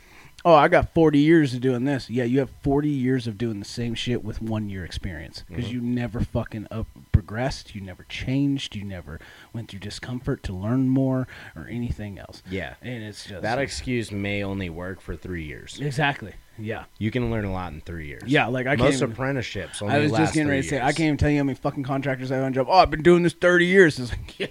oh, I got 40 years of doing this. Yeah, you have 40 years of doing the same shit with one year experience because
Mm-hmm.
you never fucking up progressed. You never changed. You never went through discomfort to learn more or anything else.
Yeah.
And it's just
That excuse may only work for three years.
exactly. Yeah.
You can learn a lot in three years.
Yeah, like, I
most
can't-
apprenticeships. Only
I was
last
just getting
three
ready to say, I
years.
can't even tell you how many fucking contractors I have on job. Oh, I've been doing this 30 years. It's like, yeah.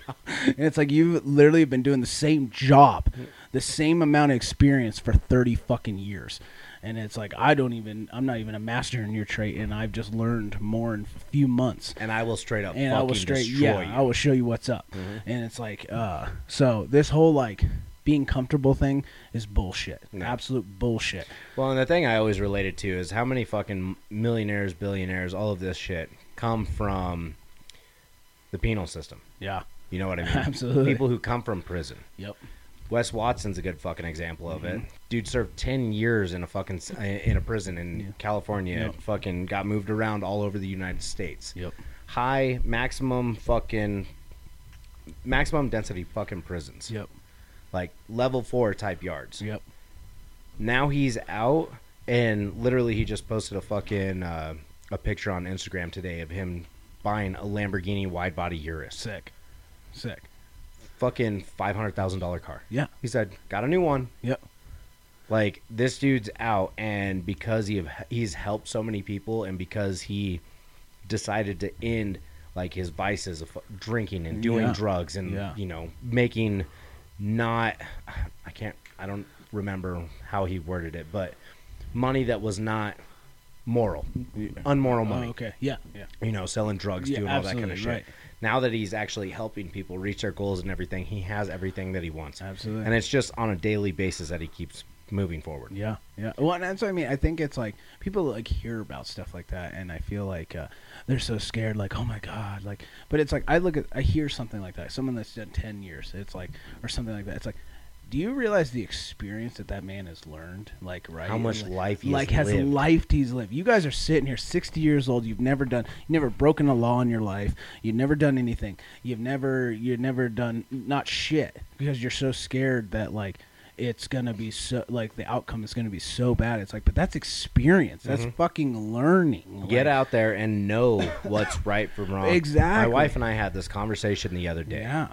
And it's like, you've literally been doing the same job, the same amount of experience for 30 fucking years. And it's like, I don't even, I'm not even a master in your trait, and I've just learned more in a few months
And I will straight up
and
fucking
I will straight
destroy
yeah,
you. Mm-hmm.
I will show you what's up. And it's like uh so this whole like being comfortable thing is bullshit.
No.
Absolute bullshit.
Well, and the thing I always relate it to is how many fucking millionaires, billionaires, all of this shit come from the penal system.
Yeah.
You know what I mean?
Absolutely.
People who come from prison.
Yep.
Wes Watson's a good fucking example of it.
Mm-hmm.
Dude served ten years in a fucking s- in a prison in
Yeah.
California.
Yep.
and Fucking got moved around all over the United States.
Yep.
High maximum fucking maximum density fucking prisons.
Yep.
Like level four type yards.
Yep.
Now he's out and literally he just posted a fucking uh, a picture on Instagram today of him buying a Lamborghini wide body Urus.
Sick. Sick.
Fucking five hundred thousand dollar car.
Yeah.
He said, "Got a new one."
Yep.
Like this dude's out, and because he he's helped so many people, and because he decided to end like his vices of fu- drinking and doing
Yeah.
drugs and
Yeah.
you know making not I can't I don't remember how he worded it, but money that was not moral, unmoral
Oh,
money.
okay. Yeah. Yeah.
You know, selling drugs,
Yeah,
doing all that kind of
absolutely,
shit.
right.
Now that he's actually helping people reach their goals and everything, he has everything that he wants.
Absolutely.
And it's just on a daily basis that he keeps moving forward.
Yeah, yeah. Well, and that's what I mean. I think it's like people like hear about stuff like that, and I feel like uh, they're so scared. Like, oh my god, like. But it's like I look at, I hear something like that. Someone that's done ten years. It's like, or something like that. It's like, do you realize the experience that that man has learned? Like, right?
How much
And,
life he has
like has
lived.
life he's lived. You guys are sitting here, sixty years old. You've never done, you've never broken a law in your life. You've never done anything. You've never, you've never done not shit because you're so scared that like it's gonna be so like the outcome is gonna be so bad. It's like, but that's experience. That's fucking learning.
Mm-hmm. Get
Like,
out there and know what's right from wrong. My
Exactly.
wife and I had this conversation the other day.
Yeah.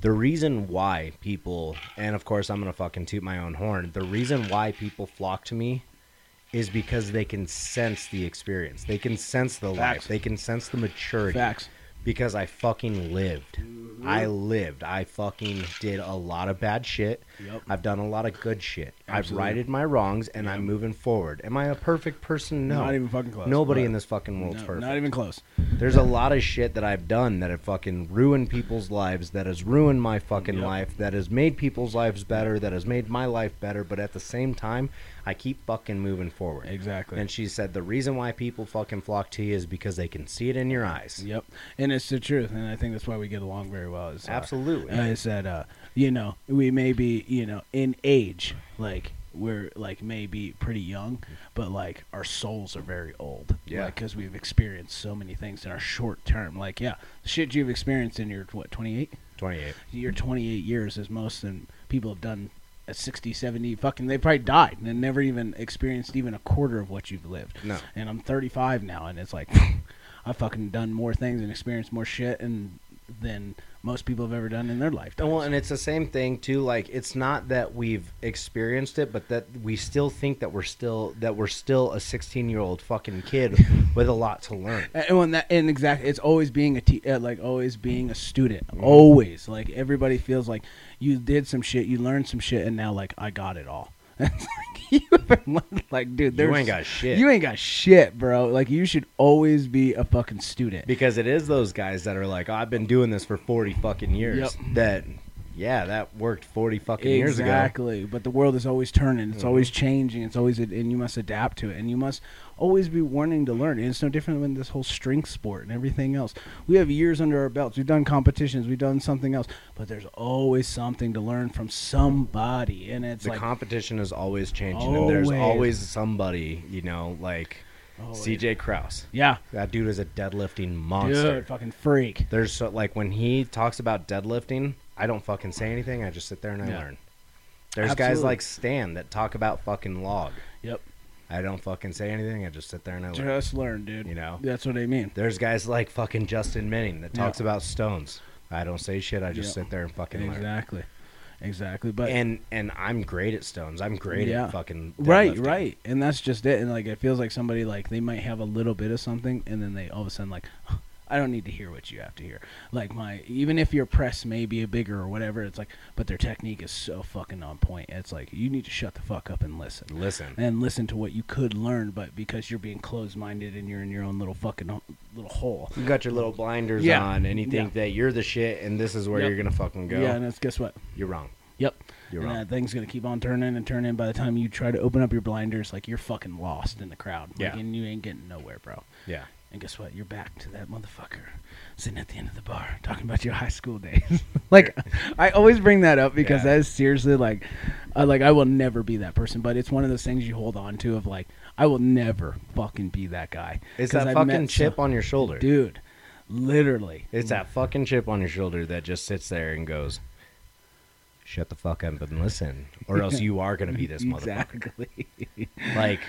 The reason why people, and of course I'm going to fucking toot my own horn, the reason why people flock to me is because they can sense the experience. They can sense the life.
Facts.
They can sense the maturity.
Facts.
because I fucking lived.
Mm-hmm.
I lived. I fucking did a lot of bad shit.
Yep.
I've done a lot of good shit.
Absolutely.
I've righted my wrongs and I'm moving forward. Am I a perfect person? No.
Not even fucking close.
Nobody
But-
in this fucking world's
No,
perfect.
not even close.
There's a lot of shit that I've done that have fucking ruined people's lives, that has ruined my fucking
Yep.
life, that has made people's lives better, that has made my life better, but at the same time, I keep fucking moving forward.
Exactly.
And she said the reason why people fucking flock to you is because they can see it in your eyes.
Yep, and it's the truth, and I think that's why we get along very well. Is, uh,
Absolutely.
uh, is that uh, you know we may be you know in age like we're like maybe pretty young, but like our souls are very old.
Yeah.
because we've experienced so many things in our short term. Like yeah, shit you've experienced in your what twenty eight.
28.
Your 28 years is most than people have done at 60 70 fucking they probably died and never even experienced even a quarter of what you've lived
No.
and i'm 35 now and it's like i've fucking done more things and experienced more shit and than most people have ever done in their life
Well, and it's the same thing too. Like, it's not that we've experienced it, but that we still think that we're still that we're still a 16 year old fucking kid with a lot to learn.
And when that and exactly, it's always being a te- uh, like always being a student.
Mm-hmm.
Always like everybody feels like you did some shit, you learned some shit, and now like I got it all. It's like, you haven't learned- like dude,
You
there's,
ain't got shit.
You ain't got shit, bro. Like you should always be a fucking student.
Because it is those guys that are like, oh, I've been doing this for 40 fucking years.
Yep.
That, yeah, that worked 40 fucking years ago. Mm-hmm.
exactly. But the world is always turning. It's always changing. It's always and you must adapt to it. And you must always be wanting to learn. And it's no different than this whole strength sport and everything else. We have years under our belts. We've done competitions. We've done something else. But there's always something to learn from somebody. And it's
The
like
competition is always changing, and there's
Always.
always somebody, you know, like
Always.
CJ Kraus.
oh, yeah,
That dude is a deadlifting monster.
dude, fucking freak.
There's so, like when he talks about deadlifting, I don't fucking say anything. I just sit there and I
Yeah.
learn. There's guys
Absolutely.
like Stan that talk about fucking log.
Yep.
I don't fucking say anything. I just sit there and I learn.
Just learn, dude.
You know?
That's what I mean.
There's guys like fucking Justin Minning that
Yeah.
talks about stones. I don't say shit. I just
Yeah.
sit there and fucking learn.
Exactly. Exactly. But
And and I'm great at stones. I'm great
Yeah.
at fucking
right
deadlifting.
right and that's just it and like it feels like somebody like they might have a little bit of something and then they all of a sudden like i don't need to hear what you have to hear like my even if your press may be bigger or whatever it's like but their technique is so fucking on point it's like you need to shut the fuck up and listen
Listen.
and listen to what you could learn but because you're being closed-minded and you're in your own little fucking ho- little hole
You got your little blinders
Yeah.
on, and you think that you're the shit, and this is where
Yep.
you're gonna fucking go.
yeah and it's guess what
You're wrong.
Yep.
You're
and
wrong.
that thing's gonna keep on turning and turning. By the time you try to open up your blinders, like you're fucking lost in the crowd. Like,
Yeah.
And you ain't getting nowhere, bro.
Yeah.
And guess what? You're back to that motherfucker sitting at the end of the bar talking about your high school days. like, I always bring that up because
Yeah.
that is seriously like, uh, like I will never be that person. But it's one of those things you hold on to of like, I will never fucking be that guy.
It's
'Cause
that
I've
fucking
met
chip
so-
on your shoulder.
dude. Literally,
It's that fucking chip on your shoulder that just sits there and goes, "Shut the fuck up and listen, or else you are gonna be this motherfucker."
exactly.
Like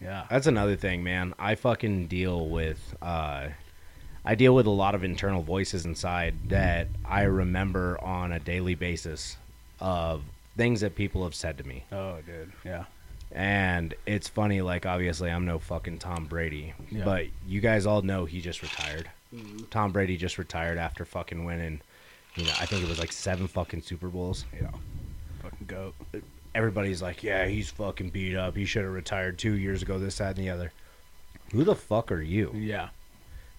yeah.
that's another thing, man. I fucking deal with, uh, I deal with a lot of internal voices inside that I remember on a daily basis of things that people have said to me,
Oh, dude. Yeah.
and it's funny. Like obviously, I'm no fucking Tom Brady,
Yeah.
but you guys all know he just retired. Tom Brady just retired after fucking winning. You know, I think it was like seven fucking Super Bowls.
Yeah. Fucking goat.
Everybody's like, yeah, he's fucking beat up. He should have retired two years ago, this, that, and the other. Who the fuck are you?
Yeah.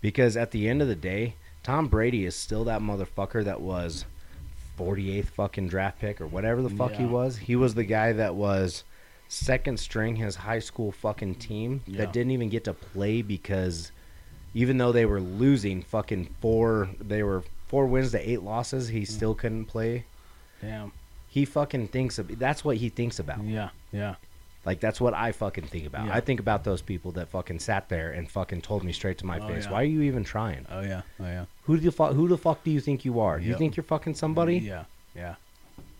Because at the end of the day, Tom Brady is still that motherfucker that was 48th fucking draft pick or whatever the fuck he
Yeah.
was. He was the guy that was second string his high school fucking team
Yeah.
that didn't even get to play because even though they were losing fucking four they were four wins to eight losses,
Mm.
he still couldn't play.
Damn.
He fucking thinks of, that's what he thinks about.
Yeah. Yeah.
Like that's what I fucking think about.
Yeah.
I think about those people that fucking sat there and fucking told me straight to my
Oh,
face,
yeah.
"Why are you even trying?
Oh yeah. Oh yeah.
Who do you fu- who the fuck do you think you are? You
Yep.
think you're fucking somebody?
Yeah. Yeah.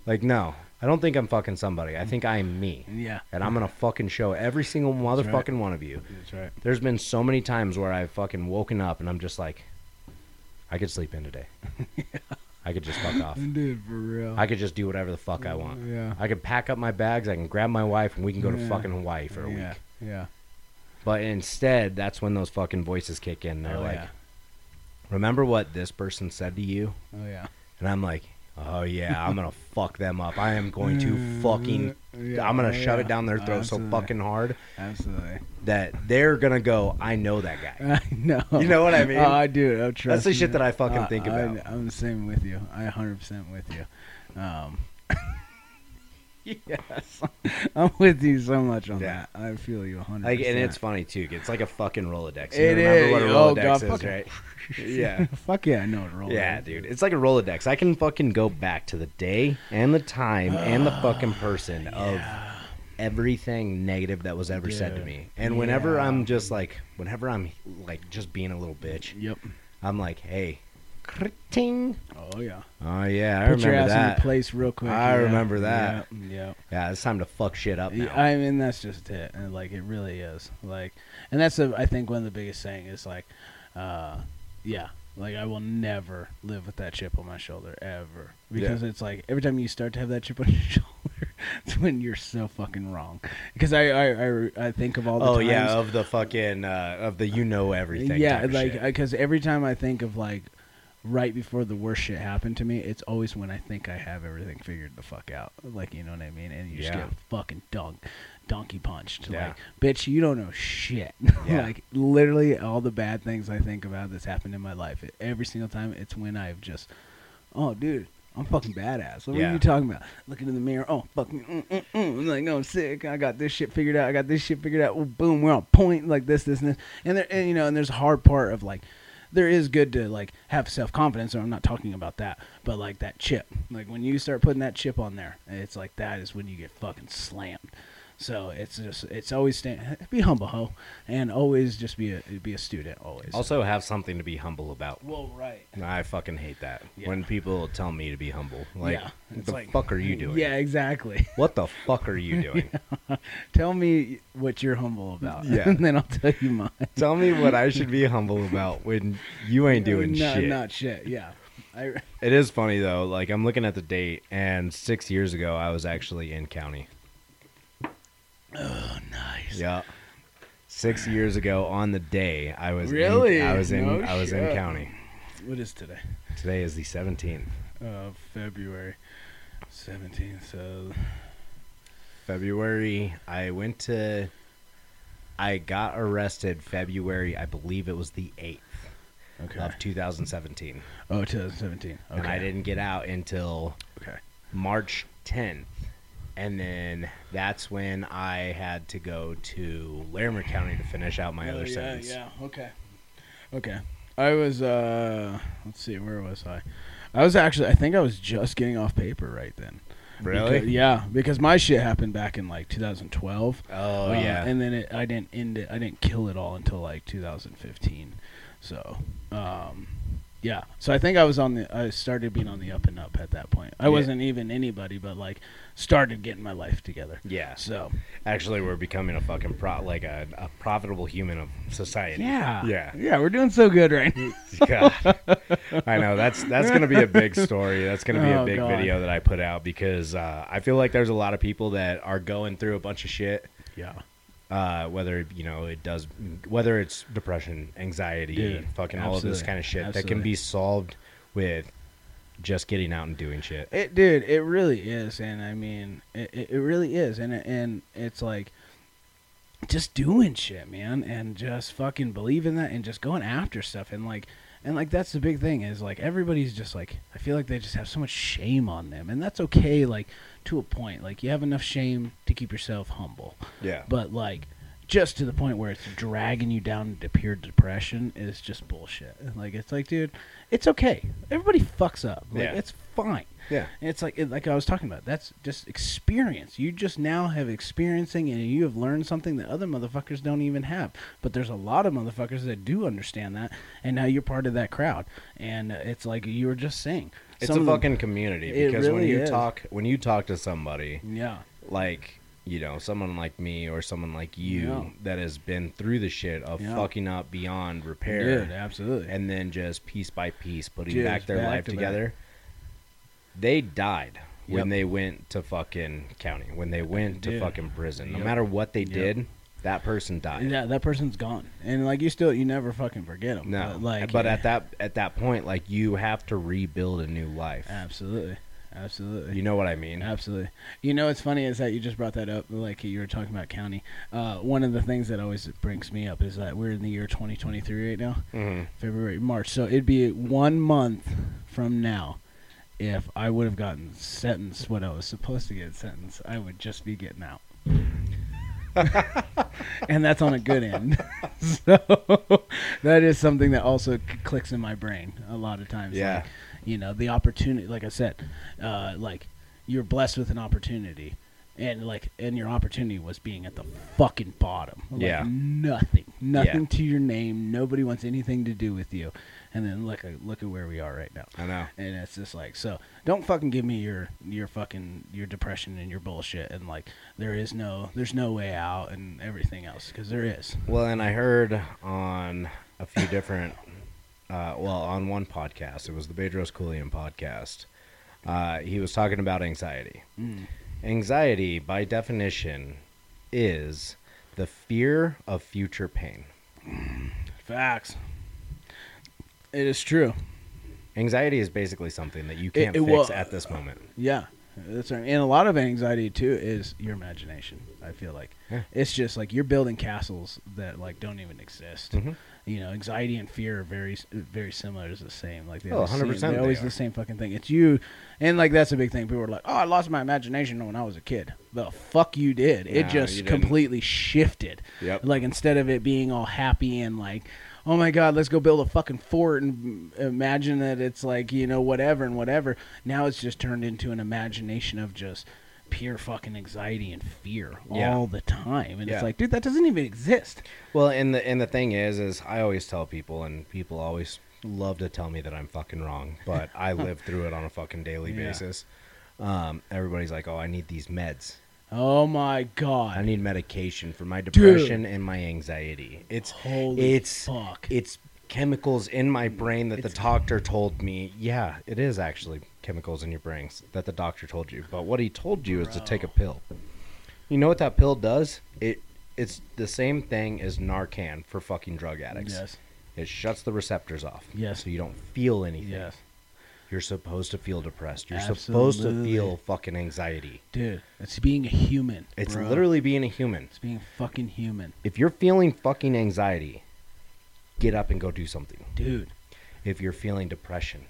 Like no, I don't think I'm fucking somebody. I think I am me,
Yeah.
and I'm gonna fucking show every single motherfucking
right.
one of you.
That's right.
There's been so many times where I've fucking woken up and I'm just like, I could sleep in today. I could just fuck off.
Dude, for real.
I could just do whatever the fuck I want.
Yeah.
I could pack up my bags. I can grab my wife and we can go to
Yeah.
fucking Hawaii for a
yeah.
week.
Yeah.
But instead, that's when those fucking voices kick in. They're
oh,
like,
yeah.
remember what this person said to you?
Oh yeah.
And I'm like, oh yeah, I'm going to fuck them up. I am going to fucking,
Yeah,
I'm going
oh,
to shove
yeah.
it down their throat so
Absolutely.
fucking hard
Absolutely.
that they're going to go, I know that guy.
I know.
You know what I mean?
Oh, I do. Oh,
That's
trust
the shit
me.
that I fucking
I-
think
Oh, I-
about.
I'm the same with you. I 100 percent with you. Um,
yes.
I'm with you so much on
Yeah.
that. I feel you 100.
Like, and it's funny too. It's like a fucking Rolodex. You
It
remember
is.
what a
Oh,
Rolodex
God,
is,
fucking-
right? yeah.
Fuck yeah, I know it rolls.
Yeah, dude. It's like a Rolodex. I can fucking go back to the day and the time and the fucking person of everything negative that was ever said to
Dude.
me. And whenever
Yeah.
I'm just like, whenever I'm like just being a little bitch,
Yep.
I'm like, hey, ting.
Oh yeah.
Oh yeah, I
Put your
remember
ass in
that.
your place real quick.
I remember that.
Yeah. yeah.
Yeah, it's time to fuck shit up now.
Yeah, I mean that's just it, and like it really is. Like, and that's a, I think one of the biggest thing is like, uh, yeah, like I will never live with that chip on my shoulder ever because it's like every time you start to have that chip on your shoulder, it's when you're so fucking wrong. Because I I, I I think of all the
oh
times,
yeah, of the fucking uh, of the you know everything. type
yeah,
of
like
shit.
because every time I think of like right before the worst shit happened to me, it's always when I think I have everything figured the fuck out. Like you know what I mean? And you
Yeah.
just get fucking dunk, donkey punched.
Yeah.
Like, bitch, you don't know shit.
Yeah.
like literally all the bad things I think about that's happened in my life. it- every single time, it's when I've just, oh dude. I'm fucking badass. What
Yeah.
are you talking about? Looking in the mirror. Oh, fuck me. Mm, mm, mm. I'm like, oh, I'm sick. I got this shit figured out. I got this shit figured out. Well, boom, we're on point. Like this, this, and this. And there, and, you know, and there's a hard part of like, there is good to like have self confidence. And I'm not talking about that, but like that chip. Like when you start putting that chip on there, it's like that is when you get fucking slammed. So it's just it's always stay, be humble, ho, and always just be a be a student. Always.
also have something to be humble about.
well, right.
I fucking hate that
Yeah.
when people tell me to be humble. Like,
Yeah,
what
it's
the
like-
fuck are you doing?
Yeah, exactly.
What the fuck are you doing?
Tell me what you're humble about,
Yeah.
and then I'll tell you mine.
Tell me what I should be humble about when you ain't doing
no,
shit.
Not shit. Yeah. I,
It is funny though. Like I'm looking at the date, and six years ago I was actually in county.
nice.
Yeah, six years ago on the day I was in-
Really?
I was in
No
I was in
shit.
county.
What is today?
Today is the 17th,
Uh, February 17th. So
February. I went to. I got arrested February. I believe it was the 8th
okay.
of 2017,
Oh, 2017. Okay.
and I didn't get out until
Okay.
March 10th. And then that's when I had to go to Larimer County to finish out my
oh,
other
yeah,
sentence.
yeah. Okay. Okay. I was uh let's see, where was I? I was actually I think I was just getting off paper right then. Because- yeah, because my shit happened back in like 2012.
oh
Uh,
yeah.
And then it, I didn't end it I didn't kill it all until like 2015. So, um yeah. So I think I was on the I started being on the up and up at that point. I
Yeah.
wasn't even anybody but like started getting my life together.
yeah.
So,
Actually, we're becoming a fucking pro- like a, a profitable human of society.
yeah.
Yeah.
Yeah, we're doing so good right now.
God. I know that's that's gonna be a big story. That's gonna be a
Oh,
big
God.
video that I put out because uh, I feel like there's a lot of people that are going through a bunch of shit.
yeah.
Uh, whether you know it does, whether it's depression, anxiety,
Dude,
fucking all of this
absolutely.
kind of shit that can
Absolutely.
be solved with just getting out and doing shit.
It, dude, it really is, and I mean, it, it it really is, and it- and it's like just doing shit, man, and just fucking believing that, and just going after stuff, and like, and like that's the big thing is like everybody's just like I feel like they just have so much shame on them, and that's okay, like to a point, like you have enough shame to keep yourself humble,
Yeah.
but like just to the point where it's dragging you down into pure depression is just bullshit. Like it's like, dude, it's okay. Everybody fucks up. Like
Yeah.
it's fine.
yeah.
And It's like it, like I was talking about. That's just experience. You just now have experiencing, and you have learned something that other motherfuckers don't even have. But there's a lot of motherfuckers that do understand that, and now you're part of that crowd. And uh, it's like you were just saying.
It's
some
a
of them-
fucking community
It
because when
really
you
is.
talk when you talk to somebody
yeah,
like you know someone like me or someone like you
Yeah.
that has been through the shit of
Yeah.
fucking up beyond repair
dude, absolutely.
and then just piece by piece putting
Just
back their
back
life
to back.
together. They died when
Yep.
they went to fucking county, when they went to
Dude.
fucking prison. No
Yep.
matter what they
Yep.
did, that person died.
yeah, that person's gone, and like you still, you never fucking forget them.
No,
but,
like,
like,
but at that at that point, like you have to rebuild a new life.
absolutely, absolutely.
You know what I mean?
Absolutely. You know, what's funny is that you just brought that up. Like you were talking about county. Uh, one of the things that always brings me up is that we're in the year 2023 right now,
Mhm.
February, March. So it'd be one month from now if I would have gotten sentenced what I was supposed to get sentenced. I would just be getting out. and that's on a good end. so that is something that also c- clicks in my brain a lot of times.
Yeah.
Like, you know, the opportunity, like I said, uh, like you're blessed with an opportunity. And like, and your opportunity was being at the fucking bottom. Like,
Yeah.
Nothing, nothing to your name. Nobody wants anything to do with you. And then look, at look at where we are right now
I know.
and it's just like so don't fucking give me your your fucking your depression and your bullshit and like there is no there's no way out and everything else because there is
Well, and I heard on a few different, uh, well, on one podcast, it was the Bedros Koulian podcast. Uh, he was talking about anxiety.
Mm.
Anxiety, by definition, is the fear of future pain.
facts it is true
Anxiety is basically something that you can't
it
fix
wa-
at this moment.
yeah that's right and a lot of anxiety too is your imagination i feel like
Yeah.
it's just like you're building castles that like don't even exist
Mhm.
you know, anxiety and fear are very, very similar. Is the same. Like they
Oh,
always
100%
They're
they
always
are.
the same fucking thing. It's you, and like that's a big thing. People are like, "Oh, I lost my imagination when I was a kid." The fuck you did. It
No, you
just
didn't.
completely shifted.
Yep.
Like instead of it being all happy and like, "Oh my god, let's go build a fucking fort and imagine that it's like you know whatever and whatever," now it's just turned into an imagination of just pure fucking anxiety and fear
Yeah.
all the time. And
Yeah.
it's like, dude, that doesn't even exist.
Well, and the and the thing is, is I always tell people, and people always love to tell me that I'm fucking wrong, but I live through it on a fucking daily
Yeah.
basis. Um, everybody's like, "Oh, I need these meds."
Oh my god.
I need medication for my depression and my anxiety. It's
Holy
it's
fuck.
it's chemicals in my brain that the doctor told me. Yeah, it is actually chemicals in your brains that the doctor told you. But what he told you is to take a pill. You know what that pill does? It it's the same thing as Narcan for fucking drug addicts.
Yes.
It shuts the receptors off.
Yes.
So you don't feel anything.
Yes.
You're supposed to feel depressed. You're supposed to
Absolutely.
feel fucking anxiety.
Dude, it's being a human.
It's
bro.
literally being a human.
it's being fucking human.
If you're feeling fucking anxiety, get up and go do something.
Dude.
If you're feeling depression,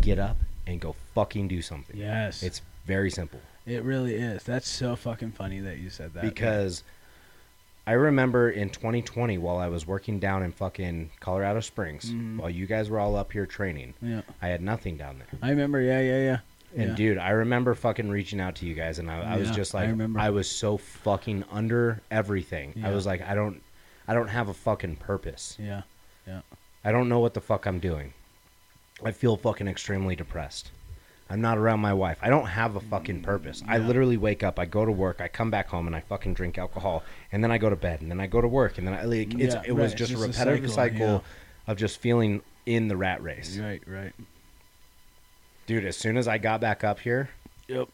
get up and go fucking do something.
Yes.
It's very simple
it really is. That's so fucking funny that you said that.
because I remember in 2020 while I was working down in fucking Colorado Springs,
Mhm.
while you guys were all up here training,
Yeah,
I had nothing down there.
I remember. Yeah, yeah, yeah.
And
Yeah.
dude, I remember fucking reaching out to you guys, and I, I was
Yeah,
just
I
like, I,
remember.
was so fucking under everything. I
Yeah.
was like, I don't, I don't have a fucking purpose.
Yeah,
I don't know what the fuck I'm doing. I feel fucking extremely depressed. I'm not around my wife. I don't have a fucking purpose. I
Mm, Yeah.
literally wake up, I go to work, I come back home, and I fucking drink alcohol, and then I go to bed, and then I go to work, and then I like it's,
Yeah,
it was
right,
just a
just a
repetitive cycle,
cycle,
of just feeling in the rat race,
right, right.
dude. As soon as I got back up here,
Yep.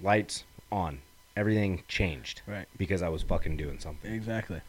lights on, everything changed
Right.
because I was fucking doing something.
Exactly.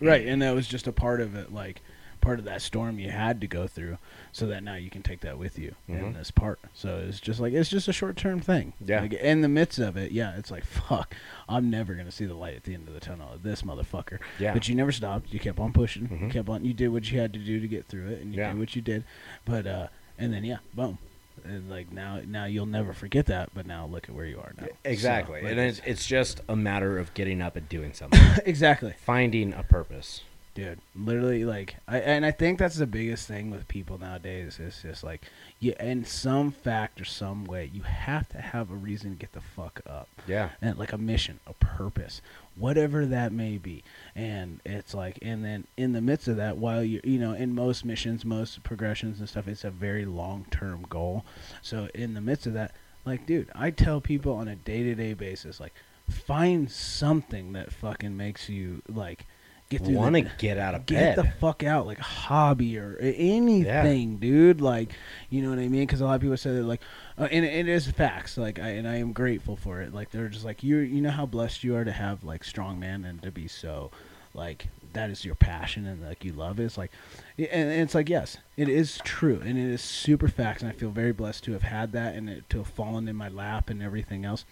right, and that was just a part of it, like part of that storm you had to go through, so that now you can take that with you in
Mhm.
this part. So it's just like it's just a short term thing.
Yeah.
Like, in the midst of it, yeah, it's like fuck, I'm never gonna see the light at the end of the tunnel of this motherfucker.
Yeah.
But you never stopped. You kept on pushing. You
Mhm.
kept on. You did what you had to do to get through it, and you
Yeah.
did what you did. But uh, and then yeah, boom. And like now, now you'll never forget that. But now look at where you are now. So,
E, Exactly,
like,
and it's, it's just a matter of getting up and doing something,
exactly.
finding a purpose.
dude literally like I, and i think that's the biggest thing with people nowadays is just like you in some fact or some way you have to have a reason to get the fuck up
Yeah.
and like a mission a purpose whatever that may be and it's like and then in the midst of that while you you know in most missions most progressions and stuff it's a very long term goal so in the midst of that like dude i tell people on a day-to-day basis like find something that fucking makes you like get through the-
want to get out of bed.
get the fuck out like a hobby or a- anything dude like you know what i mean because a lot of people say that like uh, and it is facts like I, and i am grateful for it like they're just like you you know how blessed you are to have like strong man and to be so like that is your passion and like you love it it's like and, and it's like yes it is true and it is super facts and i feel very blessed to have had that and it, to have fallen in my lap and everything else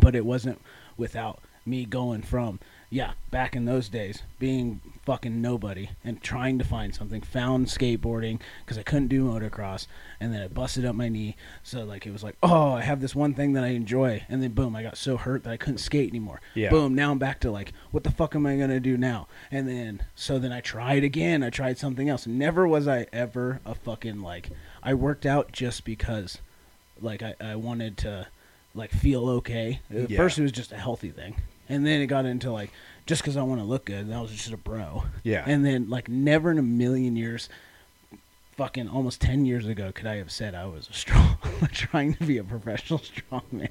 but it wasn't without me going from yeah back in those days being fucking nobody and trying to find something found skateboarding because i couldn't do motocross and then i busted up my knee so like it was like oh i have this one thing that i enjoy and then boom i got so hurt that i couldn't skate anymore
Yeah.
boom now i'm back to like what the fuck am i gonna do now and then so then i tried again i tried something else never was i ever a fucking like i worked out just because like I, I wanted to like feel okay. At
Yeah.
first it was just a healthy thing. And then it got into like just because I want to look good, and I was just a bro.
Yeah.
And then like never in a million years, fucking almost ten years ago, could I have said I was a strong trying to be a professional strongman.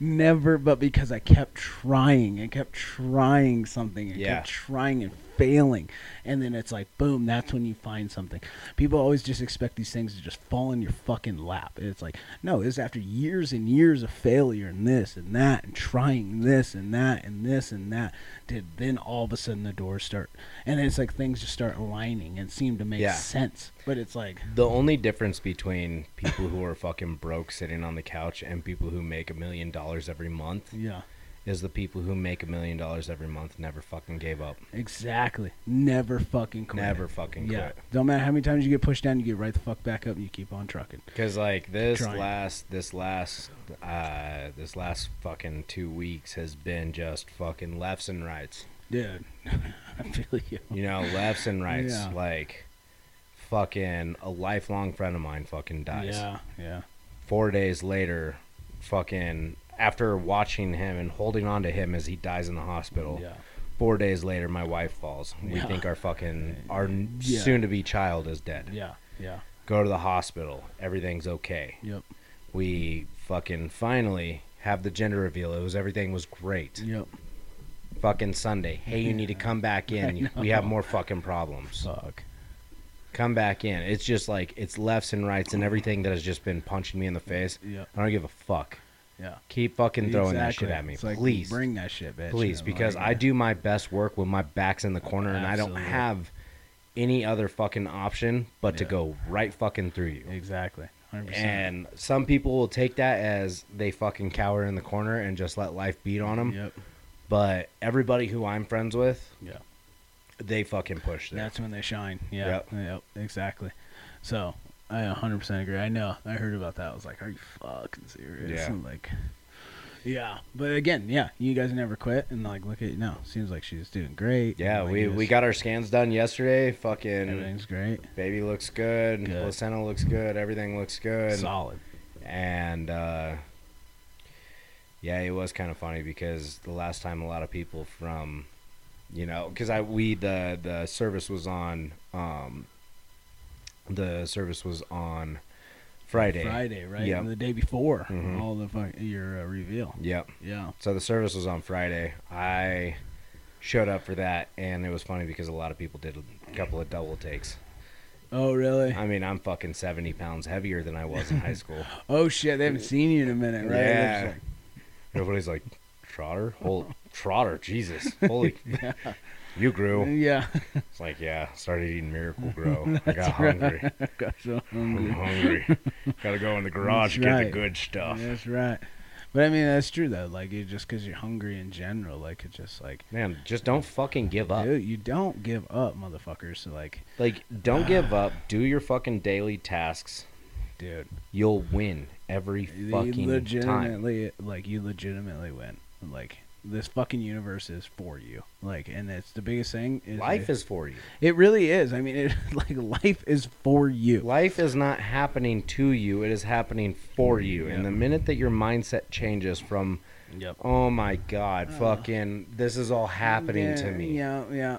Never, but because I kept trying and kept trying something and
Yeah.
kept trying and failing. And then it's like boom, that's when you find something. People always just expect these things to just fall in your fucking lap. And it's like, no, it's after years and years of failure and this and that and trying this and that and this and that did then all of a sudden the doors start and then it's like things just start aligning and seem to make
Yeah.
sense. But it's like
The only difference between people who are fucking broke sitting on the couch and people who make a million dollars every month
yeah.
is the people who make a million dollars every month never fucking gave up. uh, um,
Yeah, but again, yeah, you guys never quit, and like, look at you now. Seems like she's doing great.
Yeah,
Like,
we,
you
we
just-
got our scans done yesterday. Fucking
everything's great,
baby looks good,
Good.
Placenta looks good. Everything looks good.
solid.
And uh, yeah, it was kind of funny because the last time a lot of people from, you know, because I we the the service was on, um, the service was on Friday.
Friday, right?
Yep.
And the day before,
Mhm.
all the fuck, your uh, reveal.
Yep.
Yeah,
So the service was on Friday. I showed up for that, and it was funny because a lot of people did a couple of double takes.
Oh really?
I mean, I'm fucking 70 pounds heavier than I was in high school.
Oh shit! They haven't seen you in a minute, right?
Yeah.
They're just
Everybody's like, Trotter? Hol- Trotter, Jesus. Holy. You
like,
grew.
yeah.
It's like, yeah, started eating Miracle Grow. I got hungry.
Got so um,
I'm
hungry.
hungry. Gotta go in the garage
That's
get the
right.
good stuff.
That's right. But I mean, that's true though. Like, you just because you're hungry in general, like it's just like,
Man, just don't fucking give up.
dude, you don't give up, motherfuckers. So like,
Like, don't give up. Do your fucking daily tasks.
dude,
You'll win every
you
fucking time.
legitimately, like, you legitimately win. Like, this fucking universe is for you. Like, and it's the biggest thing. Is
Life is for you.
It really is. I mean, it like life is for you.
Life is not happening to you, it is happening for you. And
Mm, Yeah.
the minute that your mindset changes from,
Yep.
oh my God, fucking, this is all happening to me.
Yeah, yeah,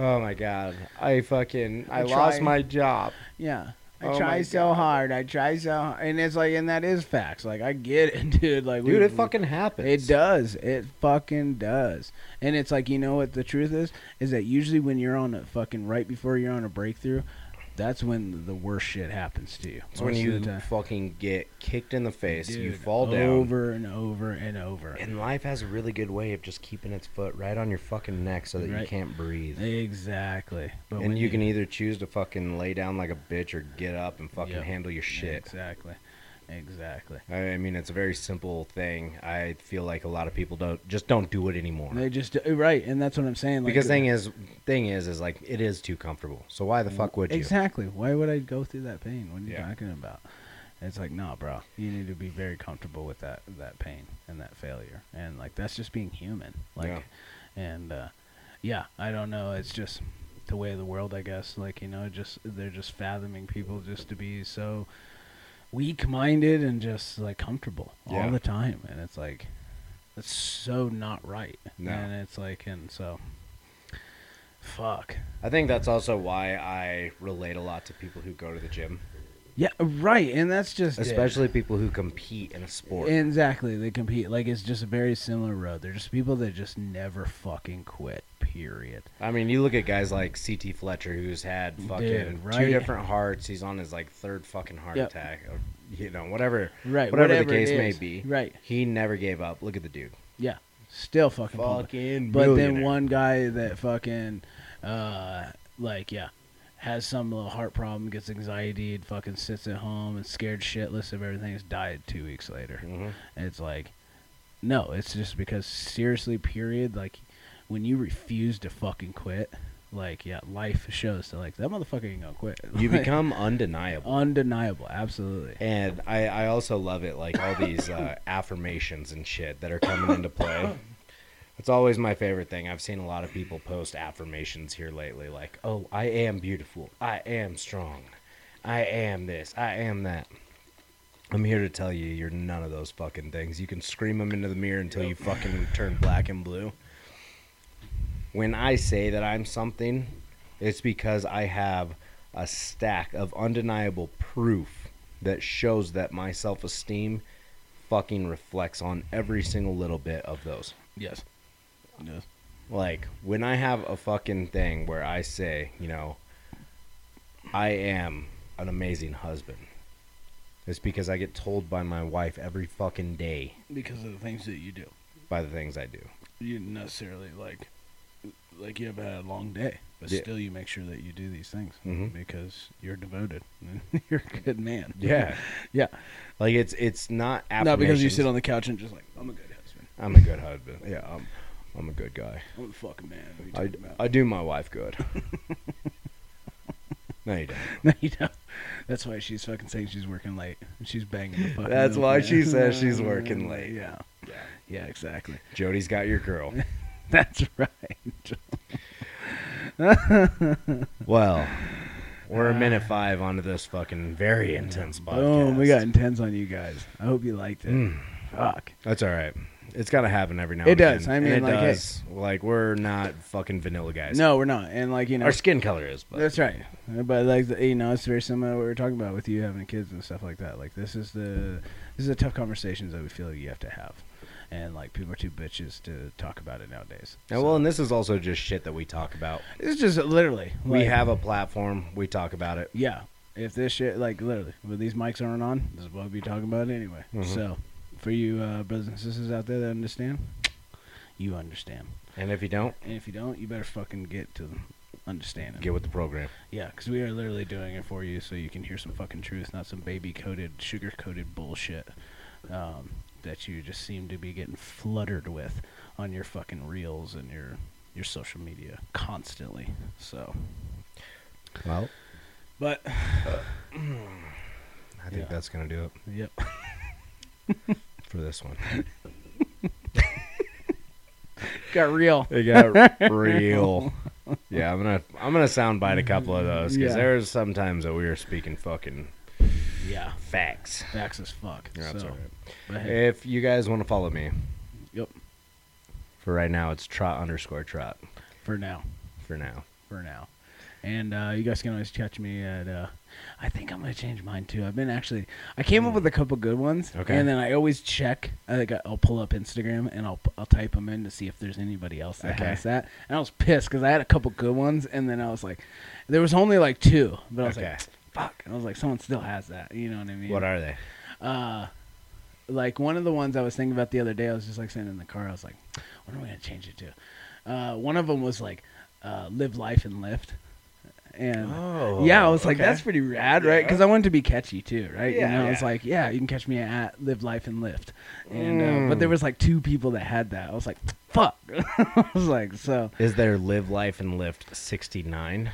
Oh my God. I fucking, I,
I
lost
try-
my job.
yeah. I
Oh my
try so
God.
hard. I try so, hard. and it's like, and that is facts. Like, I get it, dude. Like,
Dude,
we-
it fucking happens.
It does. It fucking does. And it's like, you know what the truth is? Is that usually when you're on a fucking right before you're on a breakthrough, that's when the worst shit happens to you.
It's when
Most of the
you
time.
fucking get kicked in the face, you
Dude,
fall down,
over and over and over.
and life has a really good way of just keeping its foot right on your fucking neck so that you
Right.
can't breathe.
Exactly. But
and
when
you can either choose to fucking lay down like a bitch or get up and fucking
Yep.
handle your shit.
Exactly. Exactly.
I I mean, it's a very simple thing. I feel like a lot of people don't just don't do it anymore.
They just right, and that's what I'm saying. Like, uh,
because thing is, thing is, is like it is too comfortable. So why the fuck would you?
Exactly. Why would I go through that pain? What are you
Yeah.
talking about? And It's like, nah, bro. You need to be very comfortable with that that pain and that failure, and like that's just being human. Like,
Yeah.
and uh, yeah, I don't know. It's just the way of the world, I guess. Like you know, just they're just fathoming people just to be so weak-minded and just like comfortable
Yeah.
all the time, and it's like that's so not right.
No.
And it's like, and so fuck.
I think that's also why I relate a lot to people who go to the gym,
Yeah, right. And that's just it.
especially people who compete in a sport.
exactly they compete like it's just a very similar road. They're just people that just never fucking quit. Period.
I mean, you look at guys like CT Fletcher, who's had fucking two
right.
different hearts. He's on his like third fucking heart
Yep.
attack, or, you know, whatever,
Right.
whatever,
whatever
the
it
case may
is.
be.
Right.
He never gave up. Look at the dude.
Yeah. Still fucking. pumping. But
millionaire.
then one guy that fucking, uh, like yeah, has some little heart problem, gets anxiety, and fucking sits at home and scared shitless of everything. Has died two weeks later.
Mhm.
And it's like, no, it's just because seriously, period. Like, when you refuse to fucking quit, like, yeah, life shows that like that motherfucker ain't gonna quit.
You
Like,
become undeniable.
undeniable, absolutely.
And I, I also love it, like all these uh, affirmations and shit that are coming into play. It's always my favorite thing. I've seen a lot of people post affirmations here lately, like, oh, I am beautiful. I am strong. I am this. I am that. I'm here to tell you, you're none of those fucking things. You can scream them into the mirror until you fucking turn black and blue. When I say that I'm something, it's because I have a stack of undeniable proof that shows that my self esteem fucking reflects on every single little bit of those.
Yes. Yes.
Like, when I have a fucking thing where I say, you know, I am an amazing husband, it's because I get told by my wife every fucking day
Because of the things that you do,
by the things I do.
you didn't necessarily like, like you have had a long day, but
Yeah.
still you make sure that you do these things
Mhm.
because you're devoted. you're a good man.
Yeah.
Yeah.
Like, it's it's not
Not because you
affirmations.
sit on the couch and just like I'm a good husband.
I'm a good husband. Yeah, I'm, I'm a good guy.
I'm a fucking man. What are you
I,
talking about?
I do my wife good. no, you don't.
No, you don't. That's why she's fucking saying she's working late. and She's banging the fucking.
That's why
milkman.
she says she's working late.
Yeah.
Yeah.
Yeah, exactly.
Jody's got your girl.
That's right.
Well, we're a minute five onto this fucking very intense podcast. Mm.
Boom, we got intense on you guys. I hope you liked it. Fuck.
That's all right. It's got to happen every now
It
and again.
does. I
And
mean,
it
like, hey.
does. Like, we're not fucking vanilla guys.
No, we're not. And like you know,
Our skin color is, but
That's right. But like the- you know, it's very similar to what we were talking about with you having kids and stuff like that. Like this is the this is the tough conversations that we feel you have to have, and like people are too bitches to talk about it nowadays.
And, well, and this is also just shit that we talk about.
So, it's just literally
we
like,
have a platform. We talk about it.
yeah. If this shit like literally, when these mics aren't on, this is what we'll be talking about anyway.
Mhm.
So for you uh, brothers and sisters out there that understand, you understand.
And if you don't,
And if you don't, you better fucking get to understanding.
get with the program.
Yeah, because we are literally doing it for you so you can hear some fucking truth, not some baby coated, sugar coated bullshit um, that you just seem to be getting fluttered with on your fucking reels and your, your social media constantly. So,
Well,
but,
I think
Yeah.
that's going to do it
yep.
for this one.
Got real.
It got real. Yeah, I'm gonna I'm gonna soundbite a couple of those because
Yeah.
there's sometimes that we are speaking fucking
Yeah.
facts.
Facts as fuck.
Yeah, that's
so,
all right.
but hey,
If you guys want to follow me,
Yep.
For right now, it's trot underscore trot.
For now.
For now,
for now. And uh, you guys can always catch me at. Uh, I think I'm gonna change mine too. I've been actually. I came up with a couple good ones.
Hmm. Okay.
And then I always check. I think I'll pull up Instagram and I'll I'll type them in to see if there's anybody else that
Okay.
has that. And I was pissed because I had a couple good ones and then I was like, there was only like two, but I was
Okay.
like, fuck. I was like, someone still has that. You know what I mean?
what are they?
uh, like one of the ones I was thinking about the other day, I was just like sitting in the car. I was like, what are we gonna change it to? Uh, one of them was like, uh, live life and lift. And
Oh,
yeah, I was like,
okay.
that's pretty rad, right? Because I wanted to be catchy too, right?
Yeah,
you know, I was
yeah.
like, yeah, you can catch me at live life and lift. And uh, but
Mm.
there was like two people that had that. I was like, fuck. I was like, so
Is there live life and lift sixty nine?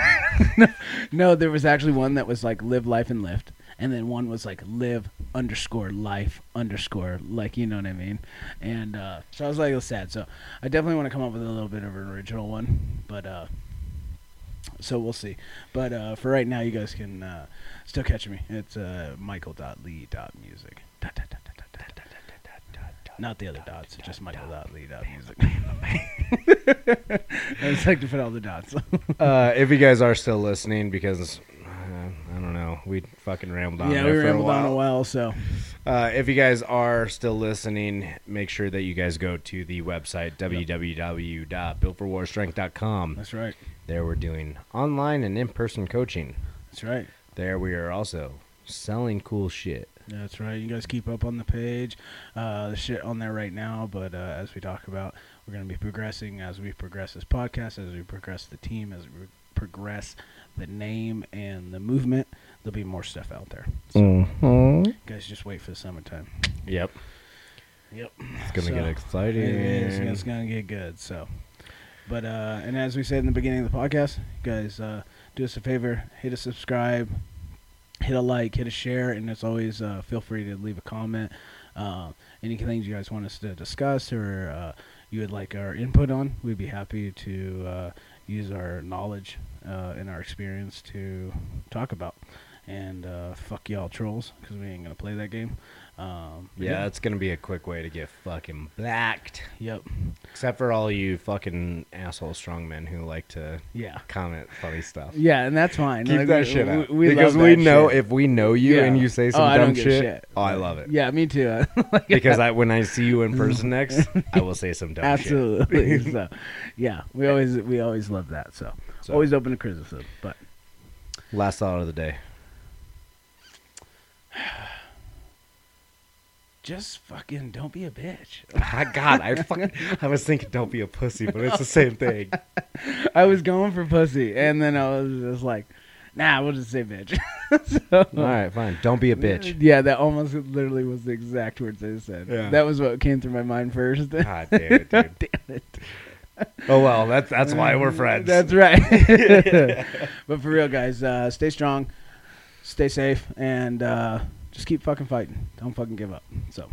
no, there was actually one that was like live life and lift, and then one was like live underscore life underscore like you know what I mean. And uh, so I was like, it was sad. So I definitely want to come up with a little bit of an original one, but uh, so we'll see. But uh, for right now, you guys can uh, still catch me. It's uh, michael.lee.music. Dot, dot, dot, dot, dot, dot, dot, dot, dot, dot, dot. Not the other dots, just michael.lee.music. I just like to put all the dots.
Uh, if you guys are still listening, because uh, I don't know, we fucking rambled on.
yeah, we
there for
rambled
a while.
on a while, so.
Uh, if you guys are still listening, make sure that you guys go to the website www.builtforwarstrength.com.
That's right.
There we're doing online and in-person coaching.
That's right.
There we are also selling cool shit.
That's right. You guys keep up on the page. Uh, the shit on there right now, but uh, as we talk about, we're going to be progressing as we progress this podcast, as we progress the team, as we progress the name and the movement. There'll be more stuff out there. So,
Mm.
you guys just wait for the summertime.
Yep,
Yep.
it's gonna
So,
get exciting.
It is. It's going to get good. So, but uh, and as we said in the beginning of the podcast, you guys uh, do us a favor, hit a subscribe, hit a like, hit a share, and as always, uh, feel free to leave a comment. Uh, any things you guys want us to discuss or uh, you would like our input on, we'd be happy to uh, use our knowledge uh, and our experience to talk about. And uh, fuck y'all trolls, because we ain't gonna play that game. Um, but
Yeah, it's gonna be a quick way to get fucking blacked.
Yep.
Except for all you fucking asshole strongmen who like to
Yeah.
comment funny stuff.
Yeah, and that's fine.
Keep
Like,
that
we-
shit
we-
out.
we
because
love
we
that
know
shit.
if we know you
Yeah.
and you say some
Oh, I
dumb
don't give a
shit,
shit.
oh, I love it.
Yeah, me too. Like,
Because I, when I see you in person next, I will say some dumb
absolutely. so, yeah, we always we always love that. So,
So-
always open to criticism. But
shit. Last thought of the day.
just fucking don't be a bitch.
Ah, God, I fucking, I was thinking don't be a pussy, but it's the same thing.
I was going for pussy, and then I was just like, nah, we'll just say bitch.
All right, fine. Don't be a bitch.
yeah, that almost literally was the exact words I said.
Yeah.
That was what came through my mind first.
God damn it, dude.
Damn it.
Oh well, that's that's why we're friends.
That's right. but for real, guys, uh, stay strong, stay safe, and uh, just keep fucking fighting. Don't fucking give up. So,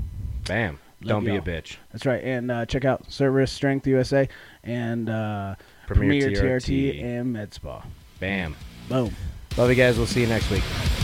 bam.
Love
Don't be a
y'all.
bitch.
That's right. And uh, check out Cerberus Strength USA and uh,
Premier
Premier, TRT.
TRT.
and Med Spa.
Bam.
Boom.
Love you guys. We'll see you next week.